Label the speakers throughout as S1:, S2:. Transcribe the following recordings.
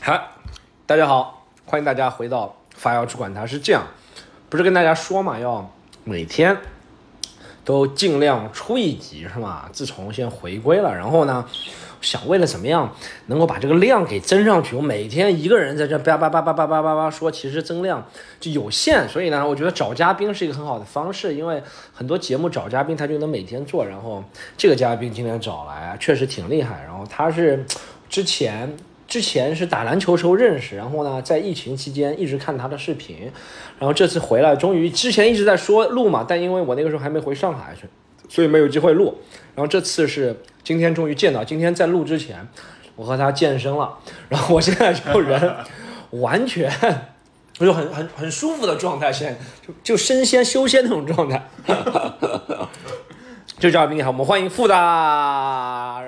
S1: 嗨，大家好，欢迎大家回到发要去管它。是这样，不是跟大家说嘛，要每天都尽量出一集是吗？自从先回归了，然后呢，想为了怎么样能够把这个量给增上去？我每天一个人在这叭叭叭叭叭叭叭叭说，其实增量就有限，所以呢，我觉得找嘉宾是一个很好的方式，因为很多节目找嘉宾他就能每天做，然后这个嘉宾今天找来啊，确实挺厉害，然后他是之前。之前是打篮球时候认识，然后呢，在疫情期间一直看他的视频，然后这次回来，终于之前一直在说录嘛，但因为我那个时候还没回上海去，所以没有机会录。然后这次是今天终于见到，今天在录之前，我和他健身了，然后我现在就人完全我就很很很舒服的状态， 现在就就身仙修仙那种状 态。这嘉宾你好，我们欢迎富 大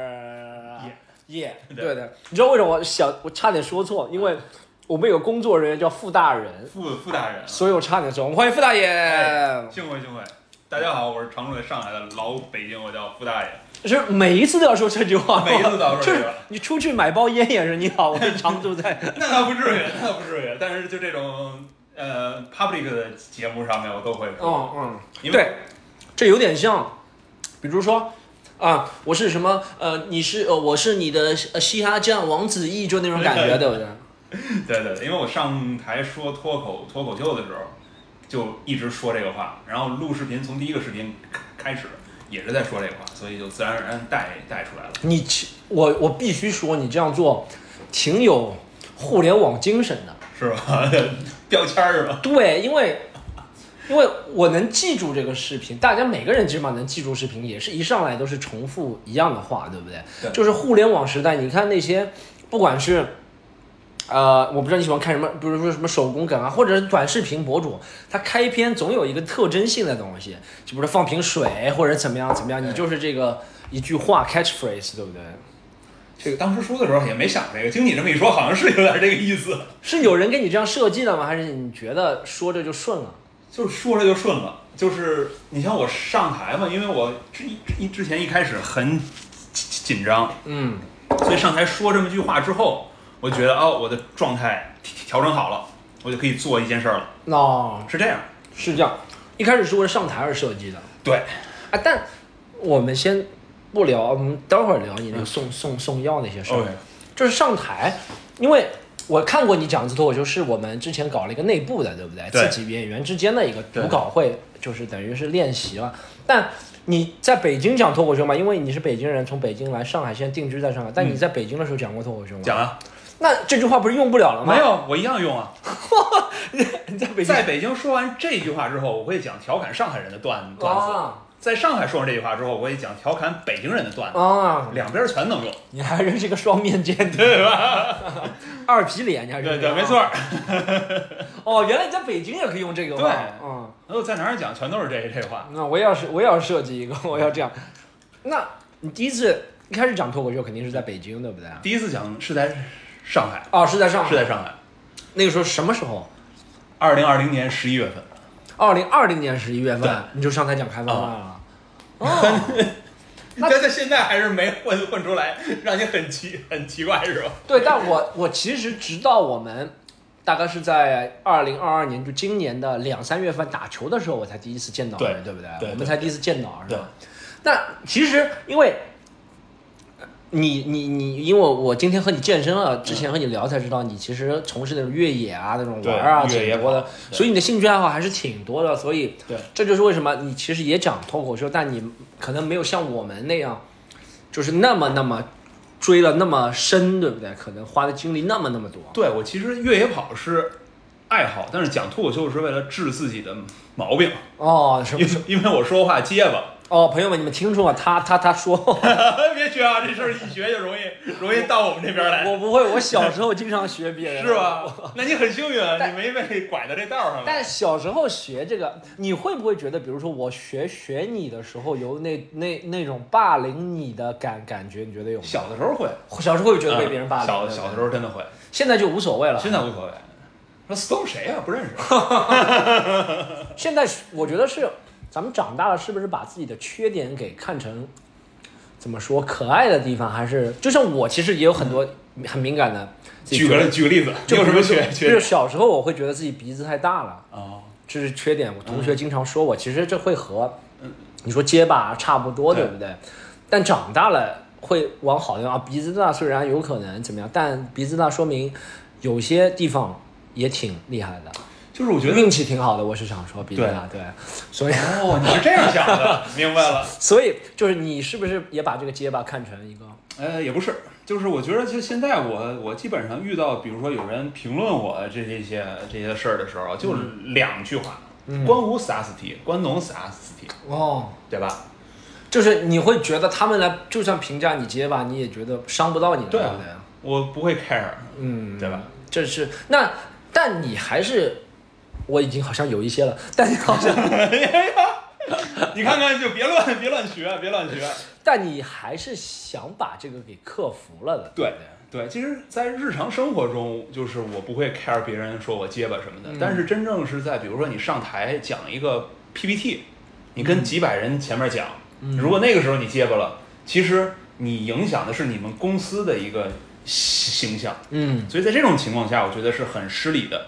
S1: 耶对的，你知道为什么我想我差点说错？因为我们有个工作人员叫傅大人，
S2: 傅傅大人，
S1: 所以我差点说，我们欢迎傅大爷。
S2: 哎幸会幸会。大家好，我是常住在上海的老北京，我叫傅大爷。
S1: 就是每一次都要说这句话，
S2: 每一次都要说
S1: 就
S2: 这
S1: 是
S2: 个，
S1: 你出去买包烟也是你好，我是常住 在。
S2: 那倒不至于，那倒不至于。但是就这种呃 public 的节目上面，我都会说。
S1: 嗯嗯，
S2: 因为
S1: 对，这有点像，比如说啊，我是什么呃，你是呃，我是你的呃嘻哈酱王子异，就那种感觉，对不对？
S2: 对对对，因为我上台说脱口脱口秀的时候，就一直说这个话，然后录视频，从第一个视频开始也是在说这个话，所以就自然而然带带出来了。
S1: 你其我我必须说，你这样做挺有互联网精神的。
S2: 是吧？ 标签儿是吧？
S1: 对，因为因为我能记住这个视频，大家每个人基本上能记住视频，也是一上来都是重复一样的话，对不对？
S2: 对
S1: 就是互联网时代，你看那些不管是。呃，我不知道你喜欢看什么，比如说什么手工梗啊，或者是短视频博主，他开篇总有一个特征性的东西，就比如说放瓶水或者怎么样怎么样，你
S2: 对
S1: 就是这个一句话 catchphrase，对不对？
S2: 这个当时说的时候也没想这个，经你这么一说，好像是有点这个意思。
S1: 是有人给你这样设计的吗？还是你觉得说着就顺了？
S2: 就是说着就顺了，就是你像我上台嘛，因为我之一之前一开始很紧紧张，
S1: 嗯，
S2: 所以上台说这么句话之后，我觉得哦，我的状态调整好了，我就可以做一件事儿了，
S1: 那、
S2: 是这样。
S1: 是这样，一开始是为了上台而设计的
S2: 对，
S1: 啊。但我们先不聊，我们待会儿聊
S2: 嗯
S1: 你那个送、送送药那些事儿。就是上台，因为我看过你讲一次脱口秀，是我们之前搞了一个内部的，对不对？
S2: 对
S1: 自己演员之间的一个
S2: 对
S1: 读稿会，就是等于是练习了。但你在北京讲脱口秀嘛？因为你是北京人，从北京来上海，现在定居在上海。但你在北京的时候讲过脱口秀吗？
S2: 嗯讲啊，
S1: 那这句话不是用不了了吗？
S2: 没，有，我一样用啊。
S1: 你在北京
S2: 在北京说完这句话之后，我会讲调侃上海人的段段子；
S1: 啊
S2: 在上海说完这句话之后，我会讲调侃北京人的段子，
S1: 啊！
S2: 两边全能用，
S1: 你还真是个双面间谍，
S2: 对吧？
S1: 二皮脸，你还是
S2: 对
S1: 这
S2: 对，
S1: 样啊
S2: 没错。
S1: 哦，原来你在北京也可以用这个话
S2: 对
S1: 嗯，
S2: 然后在哪儿讲全都是这这话。
S1: 那我也要是我也要设计一个， 我要这样。那你第一次一开始讲脱口秀肯定是在北京，对不对？
S2: 第一次讲是在上海，
S1: 哦，是在上海，
S2: 是在上海，
S1: 那个时候什么时候？
S2: 二零二零年十一月份。
S1: 二零二零年十一月
S2: 对
S1: 份你就上台讲开放麦了。哦，那
S2: 但在现在还是没混混出来，让你很奇 很奇怪是吧？
S1: 对，但我我其实直到我们大概是在二零二二年，就今年的两三月份打球的时候，我才第一次见到你，
S2: 对
S1: 对不对？
S2: 对
S1: 我们
S2: 对
S1: 才第一次见到，是吧？那其实因为呃你你你，因为我今天和你健身了，之前和你聊才知道，你其实从事那种越野啊、那种玩儿啊
S2: 对越野
S1: 挺多的
S2: 跑，对
S1: 所以你的兴趣爱好还是挺多的。所以
S2: 对
S1: 这就是为什么你其实也讲脱口秀，但你可能没有像我们那样，就是那么那么追了那么深，对不对？可能花的精力那么那么多。
S2: 对我其实越野跑是爱好，但是讲脱口秀是为了治自己的毛 病，
S1: 哦，什么
S2: 因？ 为因为我说话结巴，
S1: 哦，朋友们，你们听说吗？他他他说，
S2: 别学啊，这事儿一学就容易容易到我们这边来，
S1: 我不会，我小时候经常学别人，
S2: 是？吧？那你很幸运，啊，你没被拐到这道上来。
S1: 但小时候学这个，你会不会觉得，比如说我学学你的时候，有那那那种霸凌你的感感觉？你觉得有吗？
S2: 小的时候会，啊
S1: 小时候会觉得被别人霸凌，
S2: 小
S1: 对不对
S2: 小的时候真的会，
S1: 现在就无所谓了。
S2: 现在无所谓。说 Stone 谁呀、不认 识。
S1: 现在是我觉得是咱们长大了，是不是把自己的缺点给看成怎么说可爱的地方，还是就像我其实也有很多很敏感的自己
S2: 嗯举
S1: 觉得
S2: 个举个例子，你
S1: 就
S2: 有什么
S1: 比如
S2: 缺
S1: 说
S2: 缺
S1: 就是
S2: 点
S1: 小时候我会觉得自己鼻子太大了，
S2: 哦，
S1: 这是缺点。我同学经常说
S2: 嗯
S1: 我，其实这会和你说结巴差不多，
S2: 对
S1: 对不对？但长大了会往好的地方啊，鼻子大虽然有可能怎么样，但鼻子大说明有些地方也挺厉害的，
S2: 就是我觉得
S1: 运气挺好的。我是想说鼻子大，对，所以
S2: 哦，你是这样想的，明白了。
S1: 所以就是你是不是也把这个结巴看成一个？
S2: 呃，也不是，就是我觉得，就现在我我基本上遇到，比如说有人评论我这这些这些事儿的时候，就两句话：关无啥死体，关农啥死体，
S1: 哦，
S2: 对吧？
S1: 就是你会觉得他们来，就算评价你结巴，你也觉得伤不到你了，
S2: 对
S1: 对
S2: 啊
S1: 不对？
S2: 我不会 care，
S1: 嗯，
S2: 对吧？
S1: 这是那，但你还是，我已经好像有一些了，但你好 像，
S2: 你看看，就别乱别乱学，别乱学。
S1: 但你还是想把这个给克服了的，
S2: 对
S1: 不对？
S2: 对，其实，在日常生活中，就是我不会 care 别人说我结巴什么
S1: 嗯
S2: 的，但是真正是在比如说你上台讲一个 PPT，你
S1: 嗯
S2: 跟几百人前面讲，如果那个时候你结巴了，其实你影响的是你们公司的一个形象，
S1: 嗯
S2: 所以在这种情况下，我觉得是很失礼的。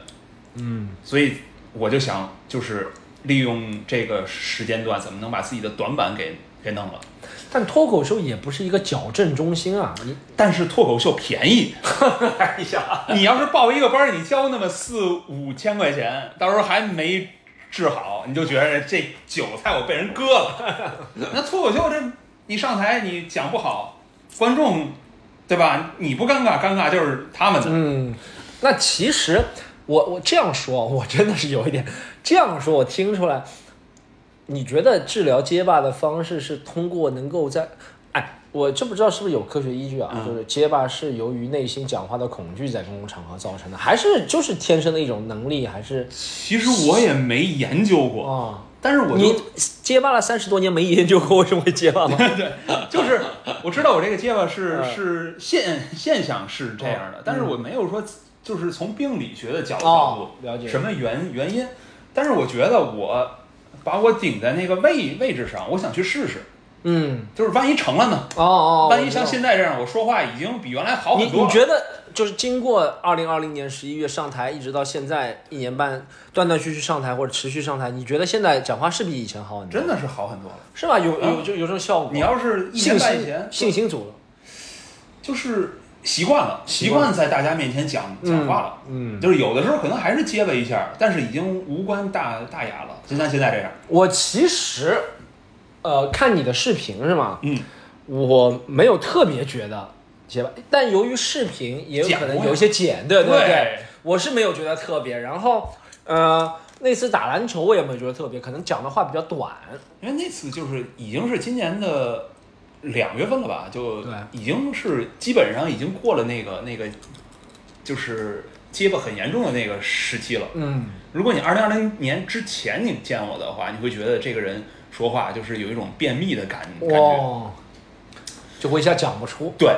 S1: 嗯，
S2: 所以我就想，就是利用这个时间段，怎么能把自己的短板给给弄了？
S1: 但脱口秀也不是一个矫正中心啊， 你
S2: 但是脱口秀便宜，
S1: 哎
S2: 你要是报一个班儿，你交那么四五千块钱，到时候还没治好，你就觉得这韭菜我被人割了。那脱口秀这，你上台你讲不好，观众对吧？你不尴尬，尴尬就是他们的。
S1: 嗯，那其实我我这样说，我真的是有一点这样说，我听出来，你觉得治疗结巴的方式是通过能够在，哎，我这不知道是不是有科学依据啊？
S2: 嗯
S1: 就是结巴是由于内心讲话的恐惧在公共场合造成的，还是就是天生的一种能力，还是
S2: 其实我也没研究过，
S1: 啊？
S2: 但是我就
S1: 你结巴了三十多年没研究过为什么会结 巴吗？哦
S2: 就是我知道我这个结巴是
S1: 嗯
S2: 是现现象是这样的，但是我没有说就是从病理学的角
S1: 哦
S2: 度
S1: 了解
S2: 什么原原因，但是我觉得我把我顶在那个位位置上，我想去试试，
S1: 嗯，
S2: 就是万一成了呢？
S1: 哦哦，
S2: 万
S1: 我
S2: 一
S1: 知道
S2: 像现在这样，我说话已经比原来好
S1: 你
S2: 很多
S1: 你
S2: 了。
S1: 觉得就是经过二零二零年十一月上台，一直到现在一年半，断断续续上台或者持续上台，你觉得现在讲话是比以前好很多？
S2: 真的是好很多了。
S1: 是吧？有有
S2: 嗯
S1: 就有这种效果。
S2: 你要是一
S1: 信
S2: 年半以
S1: 心
S2: 前，
S1: 哦信心足了，
S2: 就是习惯了，
S1: 习
S2: 习
S1: 惯
S2: 惯在大家面前讲讲话了。
S1: 嗯。嗯，
S2: 就是有的时候可能还是结巴一下，但是已经无关大大雅了，就像现在这样。
S1: 我其实，呃，看你的视频是吗？
S2: 嗯，
S1: 我没有特别觉得结巴，但由于视频也有可
S2: 剪
S1: 能
S2: 过呀
S1: 有一些剪，对对
S2: 对
S1: 我是没有觉得特别。然后，呃，那次打篮球我也没有觉得特别，可能讲的话比较短。
S2: 因为那次就是已经是今年的两月份了吧，就
S1: 对
S2: 已经是基本上已经过了那个那个，就是结巴很严重的那个时期了。
S1: 嗯。
S2: 如果你二零二零年之前你见我的话，你会觉得这个人说话就是有一种便秘的感感觉。
S1: 哇，就我一下讲不出。
S2: 对，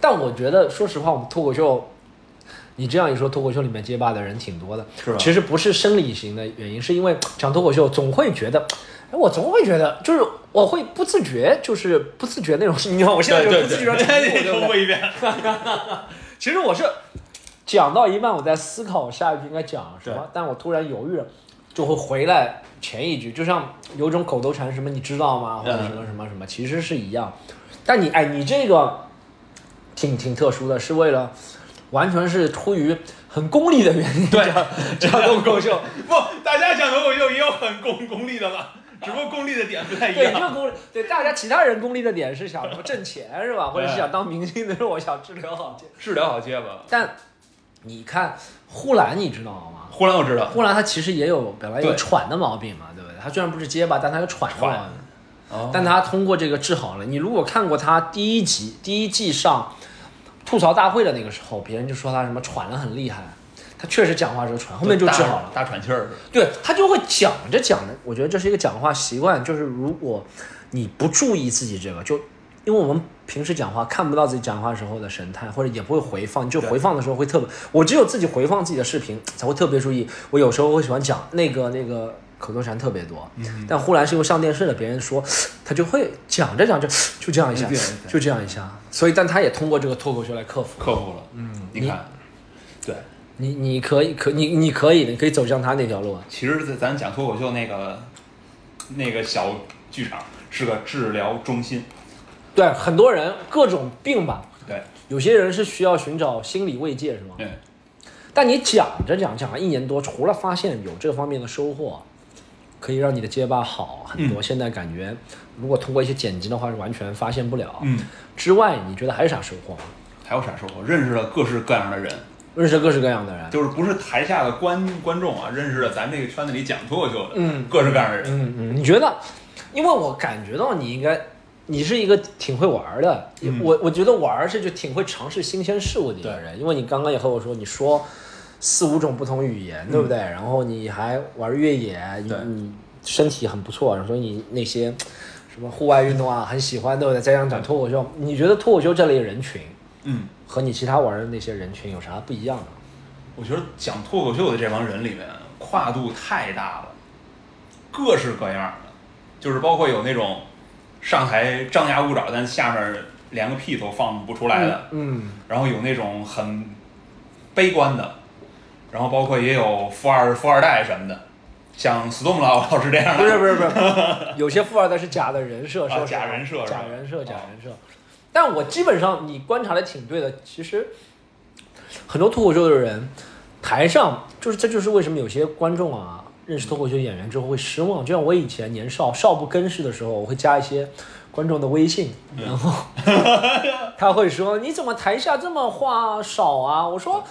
S1: 但我觉得，说实话，我们脱口秀，你这样一说，脱口秀里面结巴的人挺多的。
S2: 是吧
S1: 其实不是生理型的原因，是因为讲脱口秀总会觉得，哎，我总会觉得，就是我会不自觉，就是不自觉那种。你看，我现在就
S2: 对
S1: 不自
S2: 对
S1: 觉地重复，
S2: 对，
S1: 对不
S2: 重复
S1: 对？
S2: 一遍。
S1: 其实我是讲到一半，我在思考我下一句应该讲什
S2: 对
S1: 么，但我突然犹豫了，就会回来前一句，就像有一种口头禅，什么你知道吗，或者
S2: 嗯
S1: 什么什么什么，其实是一样。但你哎，你这个挺挺特殊的，是为了完全是出于很功利的原因，
S2: 对
S1: 讲讲脱口 秀，
S2: 不，大家讲脱口秀也有很功功利的吧，只不过功利的点不太一
S1: 对，就
S2: 样。
S1: 功利，对大家其他人功利的点是想什么挣钱是吧，或者是
S2: 对
S1: 想当明星的时候，我想治疗好健。
S2: 治疗好结巴，
S1: 但你看呼兰，你知道吗？
S2: 忽然我知道。
S1: 呼兰他其实也有本来有
S2: 对
S1: 喘的毛病嘛，对不对？他虽然不是结巴，但他有喘的毛病
S2: 喘，哦
S1: 但他通过这个治好了。你如果看过他第一集第一季上吐槽大会的那个时候，别人就说他什么喘的很厉害，他确实讲话的时候喘，后面就治好了。
S2: 大喘气儿。
S1: 对他就会讲着讲着，我觉得这是一个讲话习惯，就是如果你不注意自己这个，就因为我们平时讲话看不到自己讲话时候的神态，或者也不会回放，就
S2: 对
S1: 回放的时候会特别，我只有自己回放自己的视频才会特别注意。我有时候会喜欢讲那个那个口头禅特别多，
S2: 嗯
S1: 但忽然是因为上电视了，别人说他就会讲着讲着就这样一下
S2: 对对，对
S1: 就这样一下，所以但他也通过这个脱口秀来克服。
S2: 克服了。嗯，你看，对，
S1: 你你可以可你你可以的，你可以走向他那条路啊。
S2: 其实咱咱讲脱口秀那个那个小剧场是个治疗中心，
S1: 对，很多人各种病吧，
S2: 对
S1: 有些人是需要寻找心理慰藉，是吗？
S2: 对，
S1: 但你讲着讲讲了一年多，除了发现有这方面的收获，可以让你的结巴好很多。现在感觉，如果通过一些剪辑的话，是完全发现不了。
S2: 嗯，
S1: 之外，你觉得还有啥收获吗？
S2: 还有啥收获？认识了各式各样的人，
S1: 认识各式各样的人。
S2: 就是不是台下的观观众啊，认识了咱这个圈子里讲脱口秀的，
S1: 嗯，
S2: 各式各样的人，
S1: 嗯嗯，你觉得？因为我感觉到你应该，你是一个挺会玩儿的。
S2: 嗯
S1: 我我觉得玩儿是就挺会尝试新鲜事物的一个
S2: 对
S1: 人，因为你刚刚也和我说，你说四五种不同语言，对不对？然后你还玩越野，你
S2: 嗯对
S1: 你身体很不错，所以你那些什么户外运动啊，很喜欢，对不对？再加上讲脱口秀，你觉得脱口秀这类人群
S2: 嗯，
S1: 和你其他玩儿的那些人群有啥不一样呢？
S2: 我觉得讲脱口秀的这帮人里面，跨度太大了，各式各样的，就是包括有那种上台张牙舞爪，但下面连个屁都放不出来的，
S1: 嗯，
S2: 然后有那种很悲观的，然后包括也有富二富二代什么的，像 Storm 老老师这样
S1: 不是
S2: 的，
S1: 不是不是， 有些富二代是假的人设，
S2: 啊
S1: 说实话
S2: 假人设是吧
S1: 假人设，
S2: 哦
S1: 假人设。但我基本上你观察的挺对的，其实很多脱口秀的人，台上就是这就是为什么有些观众啊认识脱口秀演员之后会失望。就像我以前年少少不更事的时候，我会加一些观众的微信，
S2: 嗯
S1: 然后 他会说你怎么台下这么话少啊？我说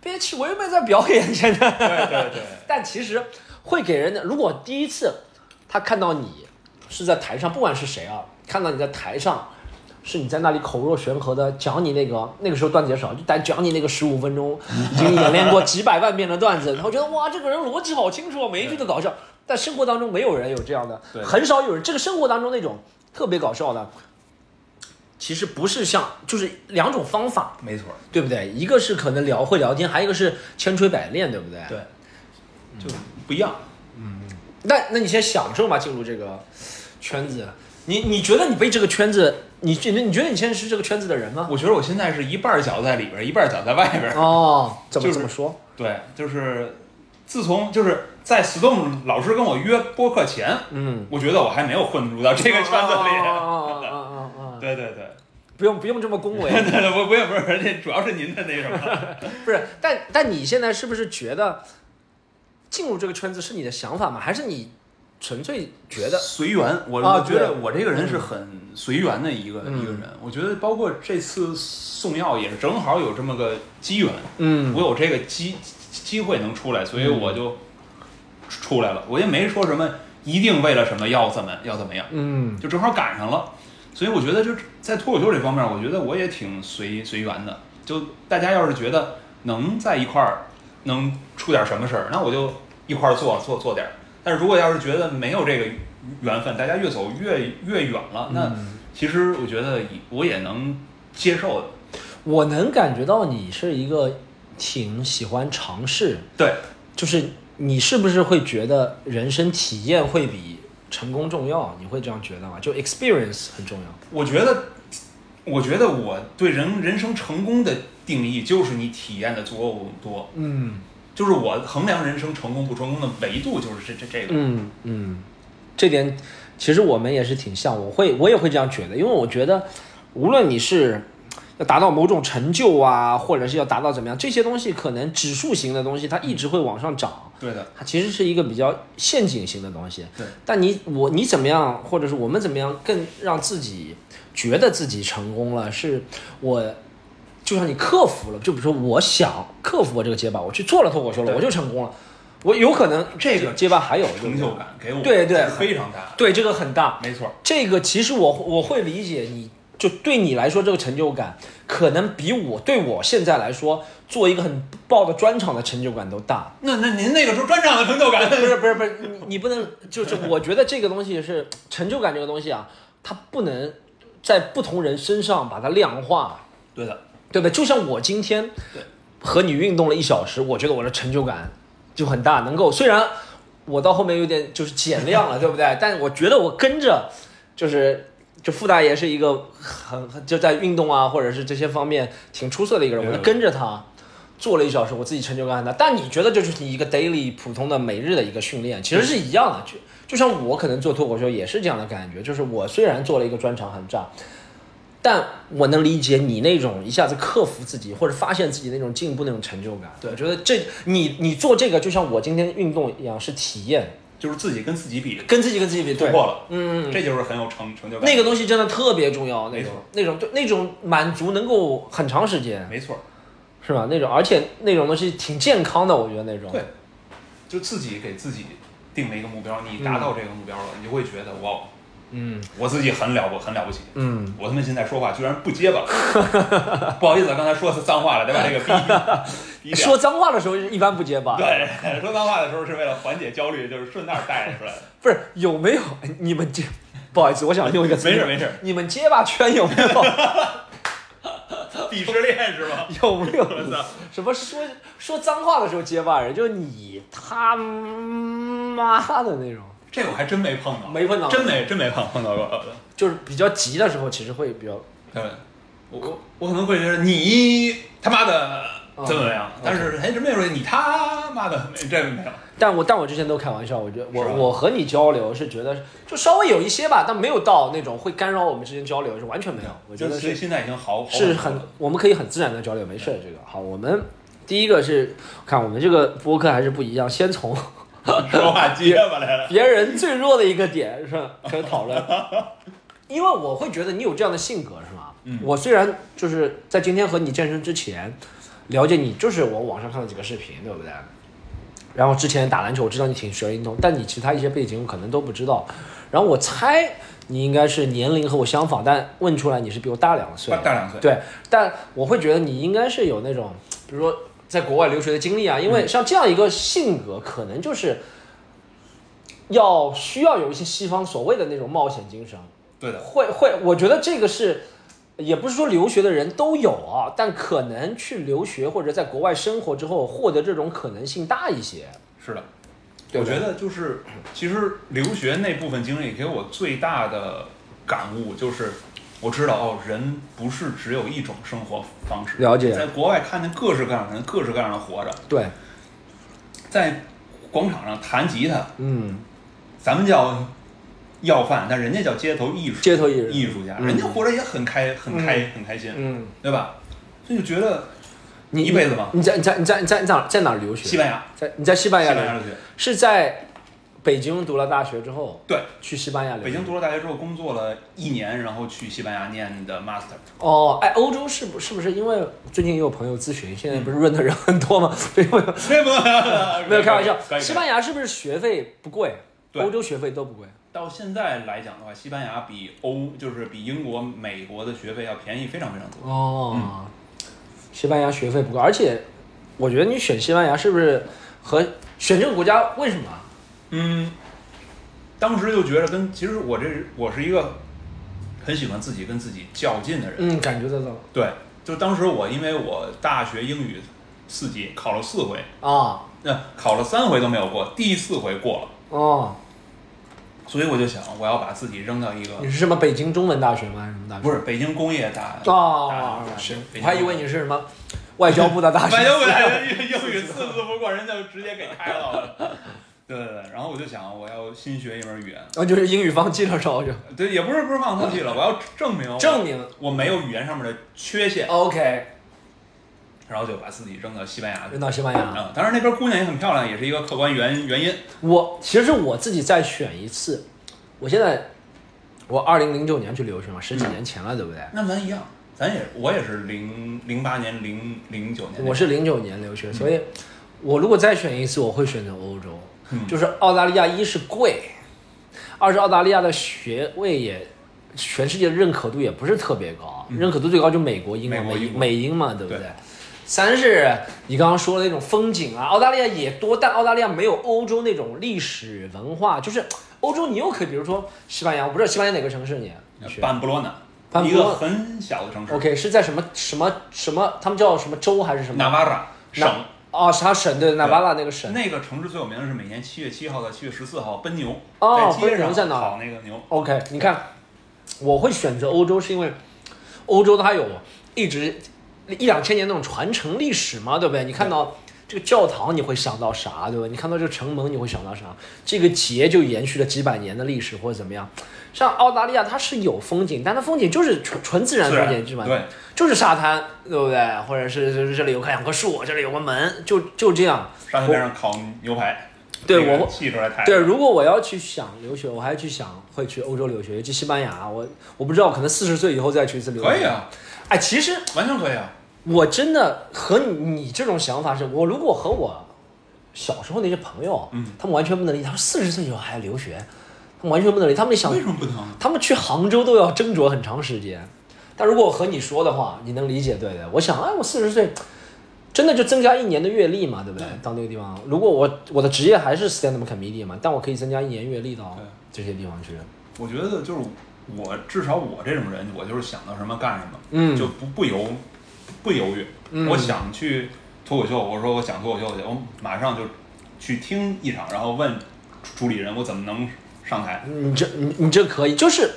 S1: 别气，我又没在表演，现在。
S2: 对啊对对，
S1: 但其实会给人的，如果第一次他看到你是在台上，不管是谁啊，看到你在台上，是你在那里口若悬河的讲你那个那个时候段子也少，就但讲你那个十五分钟 已经演练过几百万遍的段子，然后觉得哇，这个人逻辑好清楚，每一句都搞笑。但生活当中没有人有这样的
S2: 对，
S1: 很少有人这个生活当中那种特别搞笑的。其实不是像，就是两种方法，
S2: 没错，
S1: 对不对？一个是可能聊会聊天，还有一个是千锤百炼，对不对？
S2: 对，就不一样。
S1: 那那你先享受嘛，进入这个圈子，你你觉得你被这个圈子，你觉你觉得你现在是这个圈子的人吗？
S2: 我觉得我现在是一半脚在里边儿，一半脚在外边儿。
S1: 哦，怎么、
S2: 就是
S1: 怎么说？
S2: 对，就是自从就是在 Storm 老师跟我约播客前，
S1: 嗯，
S2: 我觉得我还没有混入到这
S1: 这
S2: 个圈子里。
S1: 哦哦哦哦哦，
S2: 对对对，
S1: 不用不用这么恭维，
S2: 对对，不不用不是，这主要是您的那什么。
S1: 不是，但但你现在是不是觉得进入这个圈子是你的想法吗？还是你纯粹觉得？
S2: 随缘，我
S1: 啊
S2: 我觉得
S1: 对
S2: 我这个人是很随缘的一个、
S1: 嗯
S2: 一个人。我觉得包括这次送药也是正好有这么个机缘，
S1: 嗯
S2: 我有这个机机会能出来，所以
S1: 嗯
S2: 我就出来了。我也没说什么一定为了什么要怎么要怎么样，
S1: 嗯
S2: 就正好赶上了。所以我觉得就在脱口秀这方面，我觉得我也挺随随缘的。就大家要是觉得能在一块儿能出点什么事儿，那我就一块儿做做做点儿。但是如果要是觉得没有这个缘分，大家越走越越远了，那其实我觉得也我也能接受的。
S1: 我能感觉到你是一个挺喜欢尝试，
S2: 对，
S1: 就是你是不是会觉得人生体验会比成功重要？你会这样觉得吗？就 experience 很重要。
S2: 我觉得，我觉得我对人人生成功的定义就是你体验的足够多，
S1: 嗯
S2: 就是我衡量人生成功不成功的维度就是这这这个。
S1: 嗯嗯，这点其实我们也是挺像，我会我也会这样觉得，因为我觉得无论你是要达到某种成就啊，或者是要达到怎么样，这些东西可能指数型的东西它一直会往上涨。
S2: 对的，
S1: 它其实是一个比较陷阱型的东西，
S2: 对。
S1: 但你我你怎么样，或者是我们怎么样，更让自己觉得自己成功了？是我就像你克服了，就比如说我想克服我这个结巴，我去做了脱口秀了，
S2: 对
S1: 我就成功了。我有可能
S2: 这个
S1: 结巴还有
S2: 成就，感给我
S1: 对对
S2: 非常大，
S1: 对不对对这个很大。
S2: 没错，
S1: 这个其实我我会理解你，就对你来说这个成就感，可能比我对我现在来说做一个很爆的专场的成就感都大。
S2: 那那您那个时候专场的成就感，
S1: 不是不是不是，你你不能就是，我觉得这个东西是成就感这个东西啊，它不能在不同人身上把它量化，
S2: 对的，
S1: 对不对？就像我今天
S2: 对
S1: 和你运动了一小时，我觉得我的成就感就很大，能够虽然我到后面有点就是减量 了，对不对？但我觉得我跟着就是。就傅大爷是一个很很就在运动啊，或者是这些方面挺出色的一个人，
S2: 对
S1: 我
S2: 对
S1: 就跟着他，做了一小时，我自己成就感很大。但你觉得这就是你一个 daily 普通的每日的一个训练，其实是一样的。就就像我可能做脱口秀也是这样的感觉，就是我虽然做了一个专场很炸，但我能理解你那种一下子克服自己或者发现自己那种进步那种成就感。
S2: 对
S1: 我觉得这你你做这个就像我今天运动一样，是体验，
S2: 就是自己跟自己比，
S1: 跟自己跟自己比
S2: 突
S1: 对。
S2: 破了，
S1: 嗯，
S2: 这就是很有成成就感。
S1: 那个东西真的特别重要，那
S2: 没
S1: 种
S2: 错
S1: 那种对那种满足能够很长时间，
S2: 没错，
S1: 是吧？那种而且那种东西挺健康的，我觉得那种。
S2: 对，就自己给自己定了一个目标，你达到这个目标了，你就会觉得哇，哦
S1: 嗯
S2: 我自己很了不很了不起。
S1: 嗯，
S2: 我他妈现在说话居然不结巴， 不好意思，啊，刚才说的是脏话了， 得把这个逼逼逼掉。
S1: 说脏话的时候一般不结巴。，
S2: 对， 说脏话的时候是为了缓解焦虑，就是顺道带出来的。
S1: 不是有没有 你们结？不好意思，我想用一个词。
S2: 没事没事，
S1: 你们结巴圈有没有
S2: 鄙视链是 吗？
S1: 有没
S2: 我
S1: 有
S2: 操
S1: 什么说说脏话的时候结巴人？就是你他妈的那种，
S2: 这我还真没碰到，
S1: 没碰到
S2: 真没真没碰碰到过。
S1: 就是比较急的时候，其实会比较
S2: 对，我我我可能会觉得你他妈的
S1: 嗯
S2: 怎么样，但是哎，真没有说你他妈的没这没有。
S1: 但我但我之前都开玩笑，我觉得我
S2: 是吧
S1: 我和你交流是觉得就稍微有一些吧，但没有到那种会干扰我们之间交流，是完全没有。我觉得
S2: 所以
S1: 是
S2: 现在已经好好
S1: 是
S2: 很
S1: 很
S2: 多了
S1: 我们可以很自然的交流，没事儿。这个好，我们第一个是看我们这个播客还是不一样，先从
S2: 说话结巴来了。
S1: 别人最弱的一个点是吧？可以讨论。因为我会觉得你有这样的性格是吗？
S2: 嗯
S1: 我虽然就是在今天和你健身之前了解你，就是我网上看了几个视频，对不对？然后之前打篮球，我知道你挺学运动，但你其他一些背景我可能都不知道。然后我猜你应该是年龄和我相仿，但问出来你是比我大两岁，
S2: 大两岁
S1: 对，但我会觉得你应该是有那种，比如说在国外留学的经历啊，因
S2: 嗯
S1: 为像这样一个性格，可能就是要需要有一些西方所谓的那种冒险精神，
S2: 对的，
S1: 会会，我觉得这个是，也不是说留学的人都有啊，但可能去留学或者在国外生活之后，获得这种可能性大一些。
S2: 是的。
S1: 对
S2: 我
S1: 不对
S2: 觉得就是，其实留学那部分经历给我最大的感悟就是，我知道哦，人不是只有一种生活方式。
S1: 了解
S2: 在国外看见各式各样的人，各式各样的活着，
S1: 对，
S2: 在广场上弹吉他，
S1: 嗯，
S2: 咱们叫要饭，但人家叫街头艺术
S1: 街头艺人，
S2: 艺术家，
S1: 嗯
S2: 人家活着也很开很开很开心，
S1: 嗯，
S2: 对吧？所以就觉得
S1: 你
S2: 一辈子吗
S1: 你在你在你在你在你在哪在哪儿留学？
S2: 西班牙，
S1: 在你在西班
S2: 西
S1: 牙
S2: 班
S1: 留
S2: 牙
S1: 学，
S2: 留学，
S1: 是在北京读了大学之后
S2: 对，
S1: 去西班牙留学。
S2: 北京读了大学之后工作了一年，然后去西班牙念的 master，
S1: 哦，哎，欧洲是不是不是因为最近也有朋友咨询，现在
S2: 嗯
S1: 不是润的人很多吗？ 所以我
S2: 这不
S1: 没有开玩笑
S2: 可以可。以
S1: 西班牙是不是学费不贵？
S2: 对
S1: 欧洲学费都不贵。
S2: 到现在来讲的话，西班牙比欧就是比英国、美国的学费要便宜非常非常多。
S1: 哦，西班牙学费不贵，而且我觉得你选西班牙是不是和选这个国家为什么啊？
S2: 嗯，当时就觉得跟其实我这我是一个很喜欢自己跟自己较劲的人，
S1: 嗯，感觉得到
S2: 对，就当时我因为我大学英语四级考了四回，
S1: 啊，
S2: 那、考了三回都没有过，第四回过了，
S1: 哦，
S2: 所以我就想我要把自己扔到一个
S1: 你是什么北京中文大学吗？还是什么大学？
S2: 不是北京工业大
S1: 啊，
S2: 大
S1: 是
S2: 学，
S1: 我还以为你是什么外交部的大 学。
S2: 反正我大学英英语四次不过，人家就直接给开了。 对对对，然后我就想我要新学一门语言，
S1: 然后哦就是英语放弃了，稍微 就
S2: 对，也不是不是放空气了，我要证明我
S1: 证明
S2: 我没有语言上面的缺陷，
S1: OK，
S2: 然后就把自己扔到西班牙去
S1: 扔。到西班牙。
S2: 嗯，当然那边姑娘也很漂亮，也是一个客观原原因。
S1: 我其实我自己再选一次，我现在我二零零九年去留学嘛，十几年前了，对不对？
S2: 那咱一样，咱也我也是零零八年、零零九年，
S1: 我是零九年留学，所以我如果再选一次，我会选择欧洲。
S2: 嗯
S1: 就是澳大利亚，一是贵，二是澳大利亚的学位也，全世界的认可度也不是特别高，认可度最高就美国、英国、
S2: 嗯美
S1: 美
S2: 国英
S1: 英
S2: 国
S1: 美英嘛，对不对？
S2: 对
S1: 三是你刚刚说的那种风景啊，澳大利亚也多，但澳大利亚没有欧洲那种历史文化，就是欧洲你又可以，比如说西班牙，我不知道西班牙哪个城市你你学
S2: 班布罗纳，
S1: 班
S2: 一
S1: 布罗
S2: 个很小的城市，
S1: ？OK，是在什么什么什么，他们叫什么州还是什么？
S2: 纳瓦拉省。
S1: 哦，啥省？对，纳瓦拉那个省。
S2: 那个城市最有名的是每年七月七号到七月十四号奔牛，
S1: 哦
S2: 在街
S1: 奔牛
S2: 上
S1: 在哪儿
S2: 跑那个牛。
S1: OK，你看，我会选择欧洲是因为欧洲它有一直一两千年那种传承历史嘛，对不对？你看到这个教堂，你会想到啥，对吧？你看到这个城门，你会想到啥？这个节就延续了几百年的历史，或者怎么样？像澳大利亚，它是有风景，但它风景就是纯纯自然
S2: 自然
S1: 风景，是吧？
S2: 对，
S1: 就是沙滩，对不对？或者是就是这里有棵两棵树，这里有个门，就就这样。
S2: 沙滩边上烤牛排，
S1: 对
S2: 那个
S1: 我
S2: 气出来太阳
S1: 对，如果我要去想留学，我还去想会去欧洲留学，去西班牙。我我不知道，可能四十岁以后再去一次留学。
S2: 可以啊，
S1: 哎，其实
S2: 完全可以啊，
S1: 我真的和你你这种想法是，我如果和我小时候那些朋友，
S2: 嗯，
S1: 他们完全不能理解，他们四十岁以后还要留学，他们完全不能理解，他们想
S2: 为什么不能？啊
S1: 他们去杭州都要斟酌很长时间。但如果我和你说的话，你能理解对的。我想，哎，我四十岁，真的就增加一年的阅历嘛，对不对？到那个地方，如果我我的职业还是 stand up comedy 嘛，但我可以增加一年阅历到
S2: 对
S1: 这些地方去。
S2: 我觉得就是我，至少我这种人，我就是想到什么干什么，
S1: 嗯
S2: 就不不犹不犹豫。
S1: 嗯
S2: 我想去脱口秀，我说我想脱口秀去，我马上就去听一场，然后问主理人我怎么能上台。
S1: 你这你你这可以，就是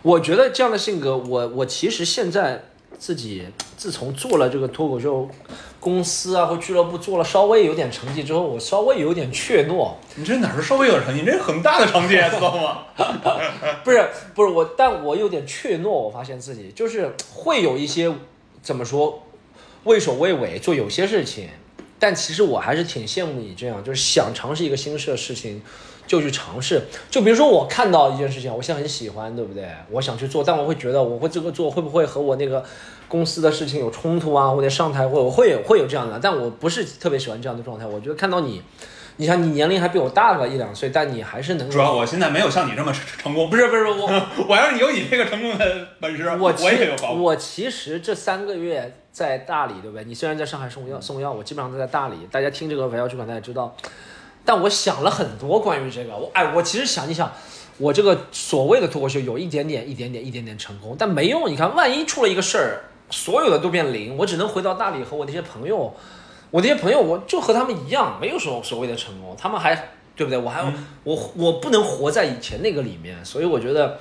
S1: 我觉得这样的性格，我我其实现在自己自从做了这个脱口秀公司啊或俱乐部做了稍微有点成绩之后，我稍微有点怯懦。
S2: 你这哪是稍微有点成绩，你这是很大的成绩，啊知道吗？
S1: 嗯不是不是我，但我有点怯懦，我发现自己就是会有一些怎么说畏首畏尾做有些事情，但其实我还是挺羡慕你这样，就是想尝试一个新事事情就去尝试。就比如说我看到一件事情，我现在很喜欢，对不对？我想去做，但我会觉得我会这个做会不会和我那个公司的事情有冲突啊，或者上台会我会有会有这样的，但我不是特别喜欢这样的状态。我觉得看到你。你想，你年龄还比我大个一两岁，但你还是能
S2: 主
S1: 够
S2: 要我现在没有像你这么成功，
S1: 不是不是我
S2: 我要是有你这个成功的本事，
S1: 我
S2: 我
S1: 其
S2: 也有把握。
S1: 我其实这三个月在大理，对不对？你虽然在上海
S2: 嗯
S1: 送药送药，我基本上都在大理。大家听这个《围绕主管》，大家也知道。但我想了很多关于这个，我哎，我其实想一想，我这个所谓的脱口秀有一点点、一点点、一点点成功，但没用。你看，万一出了一个事儿，所有的都变零，我只能回到大理和我那些朋友。我那些朋友，我就和他们一样，没有什么所谓的成功，他们还对不对？我还、
S2: 嗯
S1: 我我不能活在以前那个里面，所以我觉得。